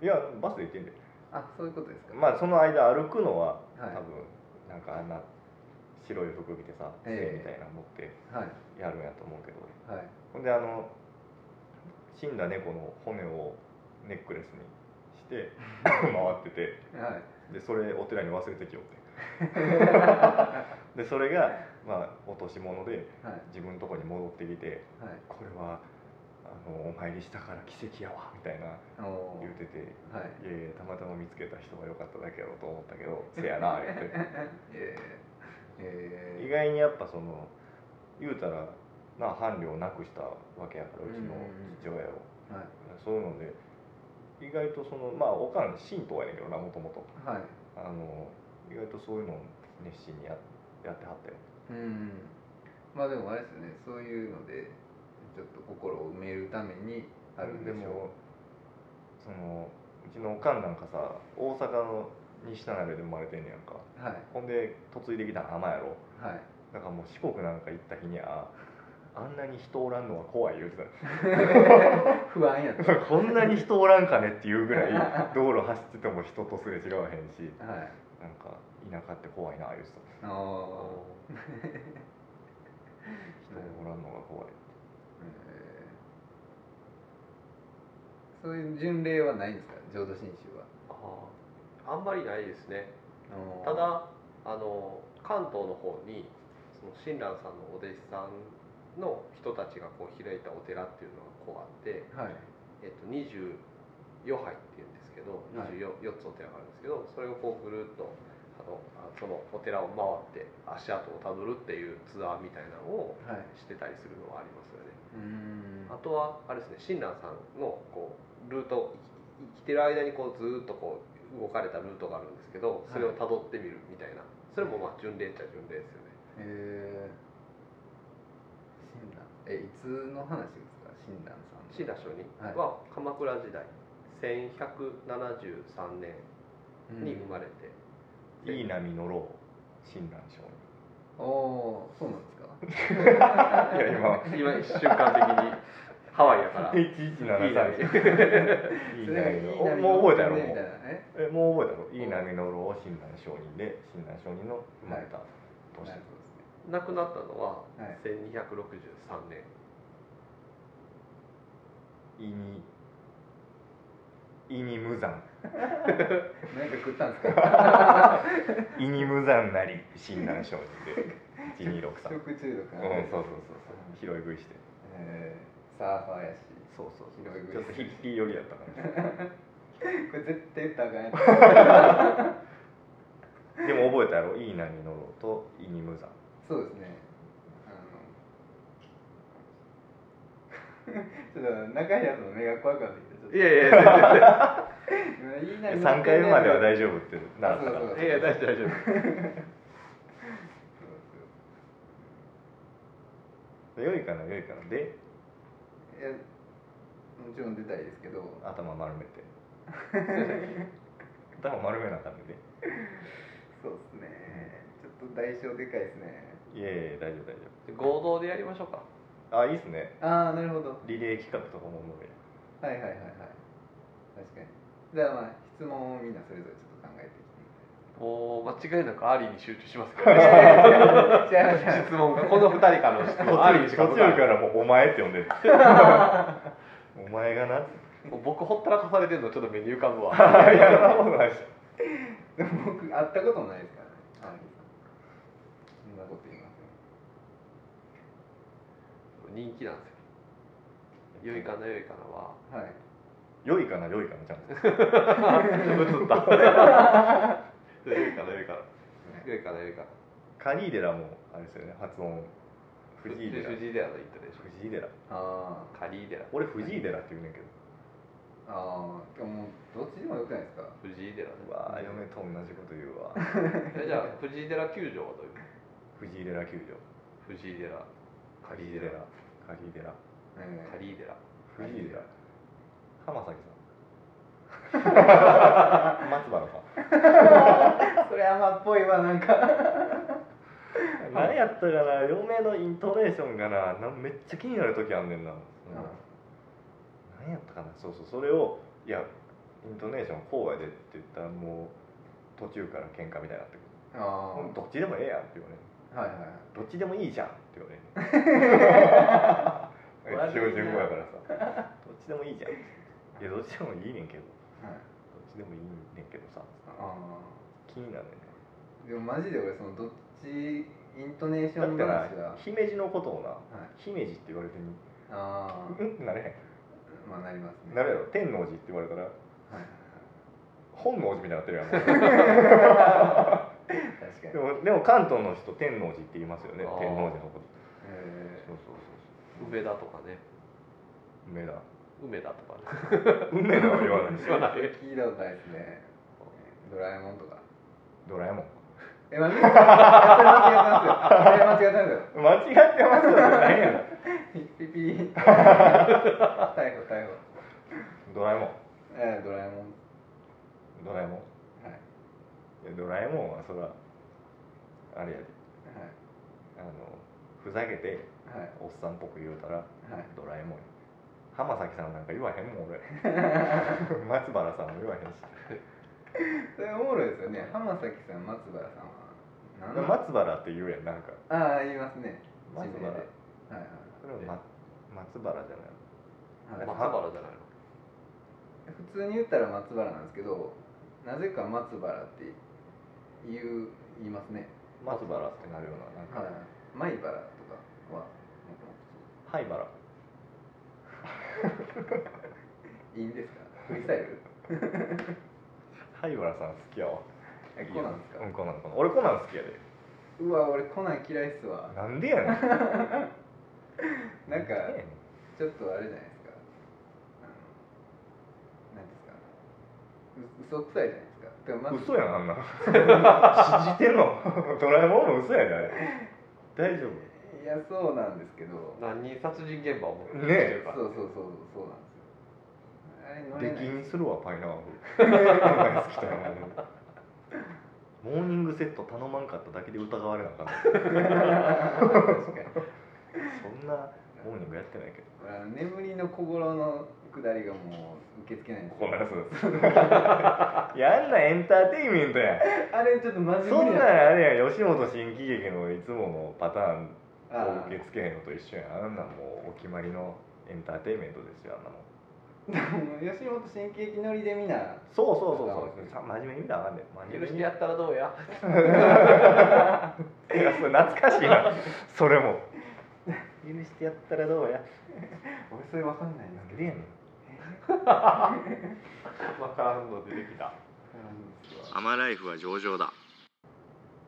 S2: いやバスで行ってんで
S1: あそういうことですか
S2: まあその間歩くのは多
S1: はい
S2: 分なんかあんな白い服着てさ杖
S1: ええ
S2: みたいなの持って
S1: はい
S2: やるんやと思うけど
S1: はい
S2: ほんであの死んだ猫の骨をネックレスにして回ってて
S1: はい
S2: でそれお寺に忘れてきよってでそれがまあ落とし物で
S1: はい
S2: 自分のとこに戻ってきて
S1: はい
S2: 「これはあのお参りしたから奇跡やわ」みたいな
S1: おお
S2: 言うてて
S1: はい
S2: 「いやいやたまたま見つけた人が良かっただけやろ」と思ったけど「せやな」言って
S1: えー、えー、
S2: 意外にやっぱその言うたらな伴侶をなくしたわけやからうちの父親
S1: は
S2: を。
S1: い
S2: そういうので意外とそのまあおかん神道やねんけどなもともと
S1: はい
S2: あの意外とそういうのを熱心にややってはったよ
S1: うんまあでもあれですよねそういうのでちょっと心を埋めるためにあるんでしょ
S2: もそのうちのおかんなんかさ大阪の西田鍋で生まれてんねやんか
S1: うはい
S2: ほんで嫁いできたん浜やろ
S1: はい
S2: だからもう四国なんか行った日にはあんなに人おらんのは怖い言うてた
S1: 不安やった
S2: こんなに人おらんかねっていうぐらい道路走ってても人とすれ違わへんし
S1: はい
S2: なんか田舎って怖いな言うてた
S1: あ
S3: あ
S1: あ
S2: 人おらんのが怖い
S1: えーそういう巡礼はないんですか浄土真宗は
S3: あああんまりないですねた
S1: は
S3: だあの関東の方にその親鸞さんのお弟子さんの人たちがこう開いたお寺っていうのがこうあっ
S1: い
S3: て、えっと、24杯っていうんですけど
S1: はい
S3: 24、四つお寺があるんですけどそれをこうぐるっとあのあそのお寺を回って足跡をたどるっていうツアーみたいなのを
S1: はい
S3: してたりするのはありますよね。
S1: うーん
S3: あとはあれですね親鸞さんのこうルート生きてる間にこうずーっとこう動かれたルートがあるんですけどそれをたどってみるみたいな、それもまあ巡礼っちゃ巡礼ですよね
S1: えー、親鸞えいつの話ですか親鸞さんの
S3: 親鸞上人
S1: はい
S3: は鎌倉時代1173年に生まれて、
S2: いい波乗ろう親鸞上
S1: うん、おーそうなんですか
S2: 人いや今
S3: 今一週間的にハワイやから いい
S2: 1173
S3: 波
S2: いい
S1: それがいい
S2: 波
S1: 波
S2: おもう覚えたやろ
S1: み
S2: も
S1: たいうなえ
S2: えもう覚えたろいい波乗ろうを親鸞上人で親鸞上人の生まれた年、
S1: なる
S3: 亡くなったのは
S1: ほどですね
S3: 1263年
S2: い、にいに無残
S1: はいなんか食ったんですか
S2: いに無残なり親鸞上人で1263
S1: 食中毒なん
S2: うん
S1: で、
S2: そうそうそうそう拾い食いして
S1: えー、サーファーやし
S2: そうそうそう
S1: 拾い
S2: ちょ
S1: 食い
S2: っとヒッピー寄りやったから
S1: これ絶対言ったらあかんやつ
S2: でも覚えたやろ「いい波乗ろう」と「いに無惨
S1: そうですね。あの ちょっと中平さんの目が怖かったけど、ちょっと
S3: いやいやいや
S1: いい」な
S2: 3回目までは
S1: 丈
S2: 大丈夫ってなった
S1: そ
S2: か
S1: うそう
S2: ら
S1: そういや大丈
S2: 夫大丈夫良いかな良いかなで
S1: 夫。いや、もちろん出たいですけど、
S2: 頭丸めて頭丸めなあかんねんで
S1: そうですね。ちょっと代償でかいですね。
S2: いやいや大丈夫大丈
S3: 合同でやりましょうか
S2: 夫あいいっすね
S1: ああ、なるほど。
S2: リレー企画とかもおもろい
S1: はいはいはいはい。確かに。じゃあまあ質問をみんなそれぞれちょっと考えてきて。
S3: もう間違いなくアリに集中します からね
S1: じゃあじゃ
S3: 質問がこの二人からの質問アリにし
S2: 途中
S3: か
S2: か
S3: 答えない
S2: らもう「お前」って呼んでるお前がなって
S3: もう僕ほったらかされてるのちょっと目に浮かぶわ
S2: いやそんなことないっす
S1: あでも僕会ったこともないですからね。はい。そんなこと言いません。
S3: 人気なんですよ良いかな良いかなは
S1: はい。
S2: 良いかな良いかなちゃんと
S3: 映った良いかな良いかな良いかな良いかな
S2: カリーデラもあれですよね発音藤井寺
S3: 藤井寺のイントネーショ
S2: 藤井寺
S1: あ
S3: ンカリー寺
S2: 俺藤井寺って言うねんけど
S1: あ。ああ。でもどっちでもよくないですか。
S3: 藤井寺
S2: うわー嫁と同じこと言うわ
S3: えじゃあ藤井寺球場はどういう
S2: 藤井寺球場
S3: 藤井寺
S2: カリーデラカリーデラ
S1: え
S3: カリー寺
S2: 藤井寺浜崎 さん松原さ
S1: えそれ甘っぽいわなんか。
S2: ん何やったかな嫁のイントネーションがななめっちゃ気になる時あんねんな、何やったかなそうそうそれをいやイントネーションこうやでって言ったらもう途中から喧嘩みたいになってくる
S1: ああ。
S2: どっちでもええやんって言われる
S1: はいはい。
S2: どっちでもいいじゃんって言われる
S1: 悪いな
S2: 標準語やからさどっちでもいいじゃんいやどっちでもいいねんけど
S1: はい。
S2: どっちでもいいねんけどさ
S1: あ
S2: 気になるね
S1: あ。でもマジで俺そのどっちイントネーシ
S2: だ
S1: ョ
S2: っ
S1: ン
S2: て
S1: 話
S2: な
S1: は。
S2: 姫路のことをな
S1: はい。
S2: 姫路って言われてみ
S1: あ
S2: うんってなれへ
S1: あ。まあなります
S2: ん
S1: ね。
S2: なるやろ天王寺って言われたら
S1: はいはい
S2: 本能寺みたいになってるやん も
S1: はい。確かに。
S2: うでもでも関東の人天王寺って言いますよね
S3: あー
S2: 天王寺のこと
S1: え
S2: そうそうそう
S3: 梅田とかね
S2: そう梅田
S3: 梅田とかね
S2: 梅田は言わないでし
S3: 知らない
S1: え聞いたことないですね。ドラえもんとか。
S2: ドラえもん
S1: え、まあ、それ間違ってますよ。それ間違ってますよ。
S2: 間違ってますよ何やろ
S1: ピッピッピ ー逮捕逮捕
S2: ドラえもん
S1: えー、ドラえもん
S2: ドラえもん
S1: はい
S2: いやドラえもんはそらあれや
S1: は
S2: であのふざけ
S1: い
S2: て
S1: はい
S2: おっさんっぽく言うたら
S1: はい
S2: ドラえもんや浜崎さんなんか言わへんもん俺 松原さんも言わへんし
S1: それおもろいですよね浜崎さん松原さんは何の
S2: 松原って言うやんなんか
S1: ああ言いますね
S2: 松
S1: 地名で
S2: 原
S1: はいはい
S2: それは、ま、松原じゃない
S1: はい、
S3: 松原じゃないの
S1: 普通に言ったら松原なんですけどなぜか松原って言う言いますね
S2: 松原ってなるようななん
S1: はい
S2: か
S1: 米原とかは
S2: 灰原
S1: いいんですかフリースタイル
S2: 灰原さん好きやわ
S1: えコナンですか
S2: うんコナンコナン俺コナン好きやで
S1: うわ俺コナン嫌いっすわ
S2: なんでやねん
S1: なんか
S2: でやねん
S1: ちょっとあれじゃないですかあのなんですかう嘘くさいじゃないですかでもまず
S2: 嘘やんあ んな信じてんのドラえもんも嘘やであれ大丈夫
S1: いやそうなんですけど
S3: 何人殺人現場を
S2: ね
S1: そう
S2: え
S1: そうそうそうなんですよあれ乗れ
S2: 出
S1: ない
S2: 禁 にするわパイナップルお前好きだなモーニングセット頼まんかっただけで疑われなかった
S1: 確かに
S2: そんなモーニングやってないけど
S1: 俺あの眠りの小五郎のくだりがもう受け付けないんです
S2: こ
S1: よ
S2: んなやつやんなエンターテインメントや
S1: あれちょっと真面目
S2: そんなん
S1: に
S2: あれや吉本新喜劇のいつものパターンを
S1: あ
S2: 受け付けへんのと一緒やんあんなんもうお決まりのエンターテインメントですよあんなもん
S1: ー吉本新喜劇乗りでみんな
S2: そうそうそうそうちゃん真面目に見たらあかんで真面
S3: 許
S2: 目
S3: し
S2: に
S3: てやったらどうや
S2: いやそれ懐かしいなそれも許してやったらどうや
S1: 俺それわかんないんで
S2: な
S1: す
S2: んでやねん
S3: 分からんの出てきた
S1: けど
S4: アマライフは上々だ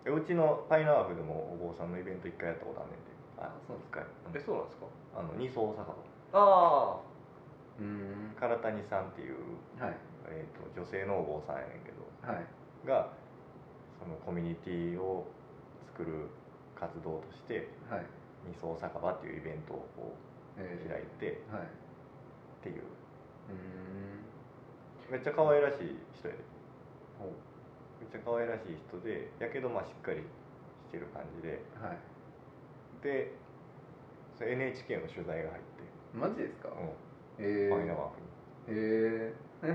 S2: えうちのパイナワフでもお坊さんのイベント一回やったことあんねんであ
S1: そうです
S2: 一回
S3: えそうなんですか
S2: あの二層坂の
S3: あ
S1: うーん
S2: 唐谷さんっていう、
S1: はい
S2: えー、と女性のお坊さんやねんけど
S1: はい
S2: がそのコミュニティを作る活動として
S1: はい
S2: 二層酒場っていうイベントをこう
S1: え
S2: 開いて
S1: ー、はいう
S2: っていう
S1: ーん
S2: めっちゃ可愛らしい人やで
S1: ほ
S2: めっちゃ可愛らしい人でやけどまあしっかりしてる感じで
S1: うはい
S2: でそれ NHK の取材が入って、
S1: マジですか
S2: う
S1: えー
S2: ん、パイナワーフに。
S1: えー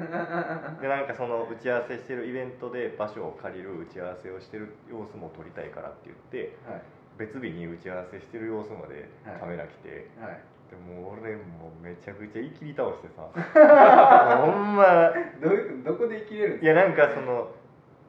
S2: でなんかその打ち合わせしてるイベントで場所を借りる打ち合わせをしてる様子も撮りたいからって言って
S1: はい
S2: 別日に打ち合わせしてる様子まで
S1: はい
S2: カメラ来て、
S1: はい
S2: でもう俺もうめちゃくちゃいきり倒してさほんま
S1: どういうどこで生きれるん
S2: い
S1: で
S2: やなんかその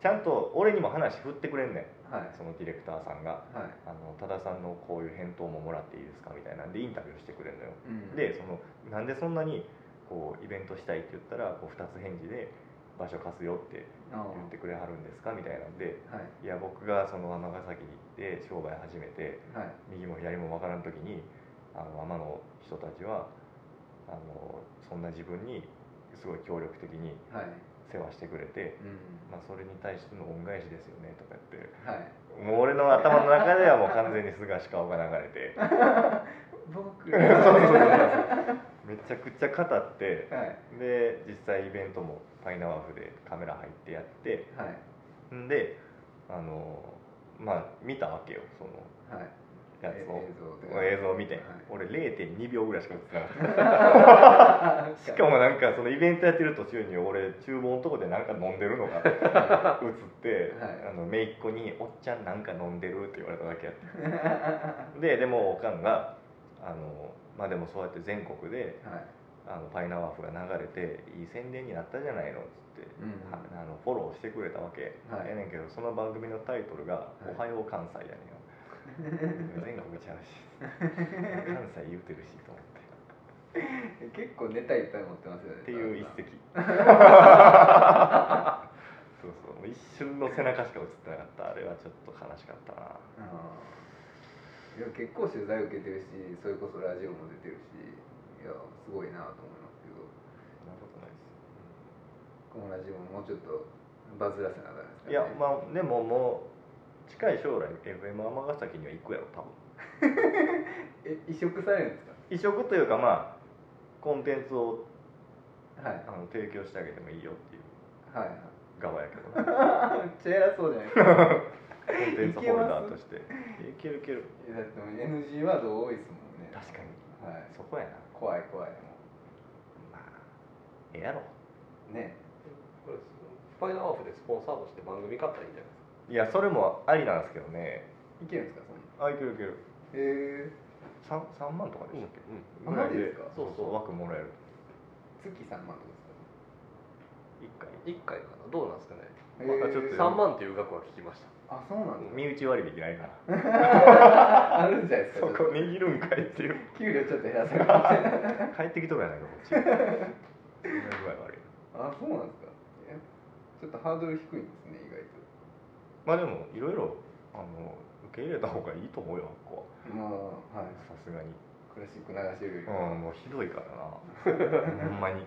S2: ちゃんと俺にも話振ってくれんねん
S1: すかはい
S2: そのディレクターさんが
S1: はい
S2: 「あの多田さんのこういう返答ももらっていいですか?」みたいなんでインタビューしてくれんのよ
S1: うん
S2: でそのなんでそんなにこうイベントしたいって言ったらこう2つ返事で「場所貸すよ」って
S1: あー
S2: 言ってくれはるんですかみたいなんで
S1: はい
S2: いや僕がその尼崎に行って商売始めて
S1: はい
S2: 右も左も分からん時にあの天の人たちはあのそんな自分にすごい協力的に
S1: はい
S2: 世話してくれて、
S1: うん
S2: まあ、それに対しての恩返しですよねとか言って
S1: はい
S2: もう俺の頭の中ではもう完全に菅氏顔が流れて
S1: 僕
S2: そうそうそうそうめちゃくちゃ語って
S1: はい
S2: で実際イベントもパイナワーフでカメラ入ってやって。
S1: はい
S2: んであのまあ見たわけよその
S1: はい
S2: やつを
S1: え映像で
S2: 映像を見て、
S1: はい
S2: 俺0.2秒ぐらいしか映ってな かっ
S1: あ
S2: たしかもなんかそのイベントやってる途中に俺厨房のとこでなんか飲んでるの が映って、
S1: はい
S2: あの姪っ子に「おっちゃんなんか飲んでる」って言われただけやっ たででもおかんがあのまあでもそうやって全国で
S1: はい
S2: あのパイナワーフが流れていい宣伝になったじゃないのっつって、
S1: うん
S2: はあのフォローしてくれたわけ、
S1: はい
S2: やねんけどその番組のタイトルが
S1: い
S2: 「おはよう関西」やねんよ、 全国ちゃうし関西言うてるしと思って
S1: 結構ネタいっぱい持ってますよね
S2: っていう一席そうそうもう一瞬の背中しか映ってなかったあれはちょっと悲しかったな
S1: あーいや結構取材受けてるしそれこそラジオも出てるしいやすごいなと思いますけど
S2: そんなことないです
S1: このラジオももうちょっとバズらせながらですか
S2: い
S1: ね
S2: やまあでももう近い将来 FM 尼崎には行くやろ多分
S1: え移植されるんです
S2: 移植というかまあコンテンツを
S1: かはい
S2: あの提供してあげてもいいよっていう
S1: はい
S2: 側やけど な
S1: はいめっちゃ偉そうじゃないですか
S2: コンテンツホルダーとしていけるいける
S1: いやだってもう NG ワード多いですもんね
S2: 確かに
S1: はい
S2: そこやな
S1: 怖い怖いも
S2: まあええやろ
S1: うね
S3: これファイナーワーフでスポンサーとして番組買ったらいいんじゃないですか
S2: いやそれもありなんですけどね
S1: いけるんですかそんな
S2: あいけるいける
S1: へえ
S2: 3, 3万とかでしたっけ、
S1: うん
S2: ぐらい
S1: あマジですか
S2: そうそう
S3: そうそう
S2: 枠もらえる
S1: 月3万とか
S2: 1回
S3: 1回かなどうなんですかね
S1: ですか
S2: まあちょっと
S1: へえ
S2: よ
S3: 3万という額は聞きました
S1: あそうなんだ
S2: 身内割引ないから
S1: あるんじゃないです
S2: そ
S1: かちょっ
S2: こ握るんかいっていう
S1: と給料ちょっと減らせるかもしれない
S2: 帰ってきとるやないかこっちそれぐらい悪い
S1: あそうなんですかえちょっとハードル低いんですね意外と
S2: まあでもいろいろあの受け入れた方がいいと思うよここ
S1: もう、はい
S2: は、さすがに
S1: クラシック流してるより
S2: う
S1: は、
S2: んもうひどいから なほんまに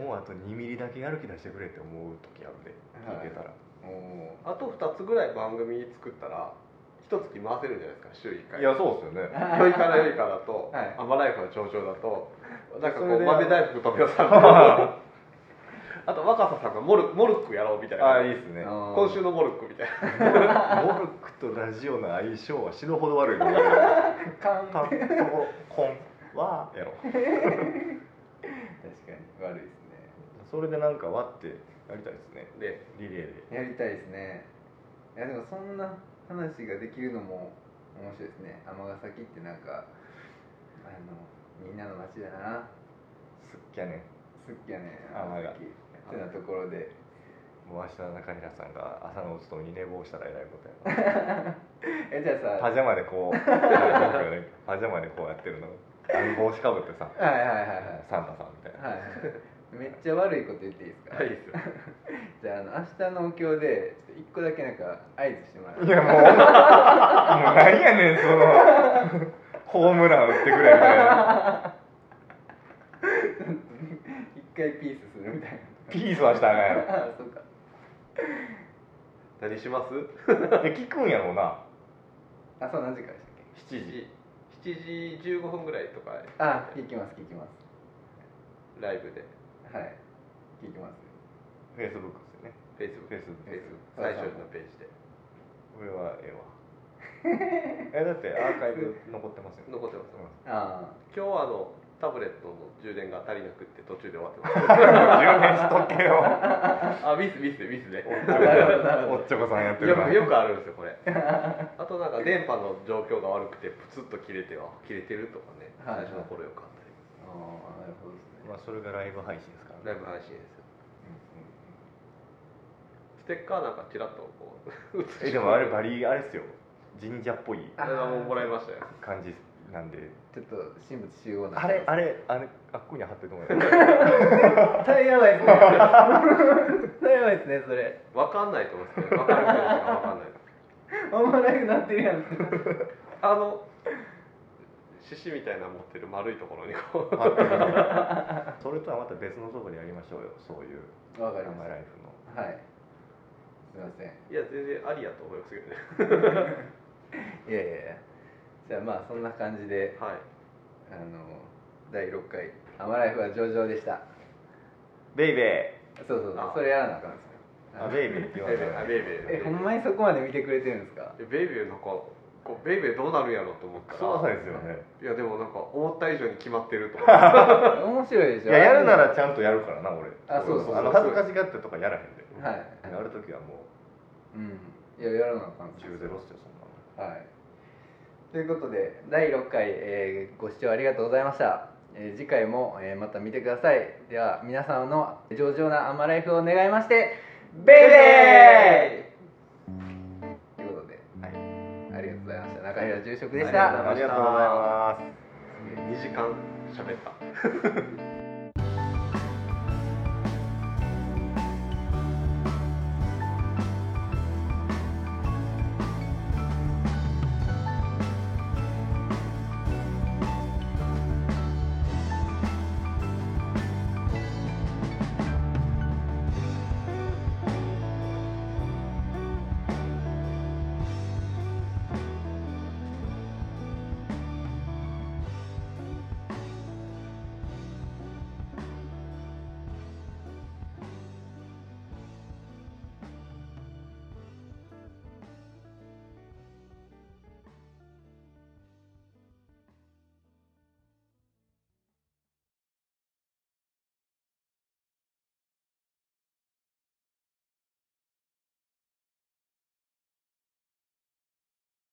S2: もうあと2ミリだけやる気出してくれって思う時あるで聞いてたら、
S1: も
S3: あと2つぐらい番組作ったら一月回せるんじゃないですか週1回
S2: い、やそうですよね
S3: よいからよいかだ と、
S1: はい
S3: アマライフの頂上だとなんかこ
S1: それ
S3: う
S1: で
S3: 豆大福富美男さん とあと若狭さんがモルモルックやろうみたい
S2: ああ
S3: ない
S2: いです
S1: う、
S2: ね
S1: あー
S3: 今週のモルックみたいな
S2: モルクとラジオの相性は死ぬほど悪いのやろ
S1: カン
S2: たところこんはやろ
S1: 確かに悪いですね
S2: それでなんか割ってやりたいですね
S3: で
S2: リレーで
S1: やりたいですねいやでもそんな話ができるのも面白いですね尼崎ってなんかあのみんなの街だな
S2: すっきゃね
S1: 好きやね
S2: 尼
S1: 尼
S2: が
S1: 崎ってなところで
S2: もう明日中平さんが朝のお勤めに寝坊したらえらいことやな
S1: えじゃあ
S2: パ
S1: さ
S2: ジャマでこうパジャマでこうやってるの帽子かぶってさ
S1: はいはいはいはい
S2: サンタさんみたいな、
S1: はいめっちゃ悪いこと言っていいですか、
S3: いいですよ
S1: じゃああの明日のお経でちょっと一個だけなんか合図してもら
S2: い、
S1: う
S2: やもうもう何やねんそのホームラン打ってくれみたいな
S1: 一回ピースするみたいな
S2: ピースはしたらあかんやろ
S1: ああそうか
S3: 何します
S2: いや聞くんやろうな
S1: あそう何時からでしたっ
S2: 7時
S3: 7時15分ぐらいとか
S1: けあ聞きます聞きま
S3: ライブです
S1: はい聞きます
S2: フェイスブックですよね
S3: フェイスブッ
S2: フ
S3: ク
S2: ェイスブッ
S3: フェイ
S2: ク
S3: スブック最初のページで
S2: これは ええわえだってアーカイブ残ってますよね
S3: 残 ってます
S2: うん
S1: あ
S3: 今日はあのタブレットの充電が足りなくって途中で終わってま
S2: 充電しとけ よ
S3: すあミスミスミスで
S2: おっちょこさんやって
S3: よ
S2: るな
S3: くよくあるんですよ これあとなんか電波の状況が悪くてプツッと切れては切れてるとかね
S1: は
S3: 最
S1: い
S3: 初の頃よかったり
S1: あああなるほどですね
S2: まあそれがライブ配信ですから
S3: ライ
S2: ね
S3: ブ配信ですよステッカーなんかちらっとこう映して
S2: えでもあれバリあれっすよ神社っぽい
S3: あれはもうもらいましたよ
S2: 感じなんで
S1: ちょっと神仏集合な
S2: あれあ
S1: れ
S2: れあれあっこに貼ってると思うよ
S1: 絶対やばいですね絶対やばいですねそれ
S3: わかんないと思うんですけどわかる人しかわかんない
S1: あんまライフなってるやんって
S3: あの獅子みたいなの持ってる丸いところにこう
S2: 貼ってるそれとはまた別のとこでやりましょうよそういう
S1: わ
S2: 「
S1: か
S2: ア
S1: りま
S2: マ
S1: し
S2: ライフ」の
S1: たはいすいません
S3: いや全然ありやと思いますけどね
S1: いやいやいやじゃあまあそんな感じで
S3: はい
S1: あの第6回「アマライフは上々」でした
S2: ベイベ
S1: そうそうそう
S3: あ
S1: それやらなあかんです
S2: ーあベイベーって言わ
S3: ベ
S2: れ
S3: イ
S2: た
S3: ベー あ
S2: ら
S3: ベイベ
S1: え
S3: ー
S1: ほんまにそこまで見てくれてるんです か
S3: ベイベーなんかこうベイベーどうなるんやろうと思っ
S2: ク
S3: たら
S2: ソダサいですよね
S3: いやでもなんか思った以上に決まってると思 って
S1: 面白いでし
S2: い
S1: ょ
S2: ややるならちゃんとやるからな俺
S1: あそうそうそう
S2: あの恥ずかしがってとかやらへんで、
S1: はい
S2: やるときはも
S1: うんいややらなあかん
S2: う10ゼロっすよそんなの
S1: はいということで第6回、えーご視聴ありがとうございました、えー次回も、えーまた見てくださいでは皆さんの上々なアマライフを願いましてベイベーということで
S2: はい
S1: ありがとうございました中平住職でし
S3: あ
S1: た
S3: りがとうございました
S2: ありがとうございます
S3: 2時間喋った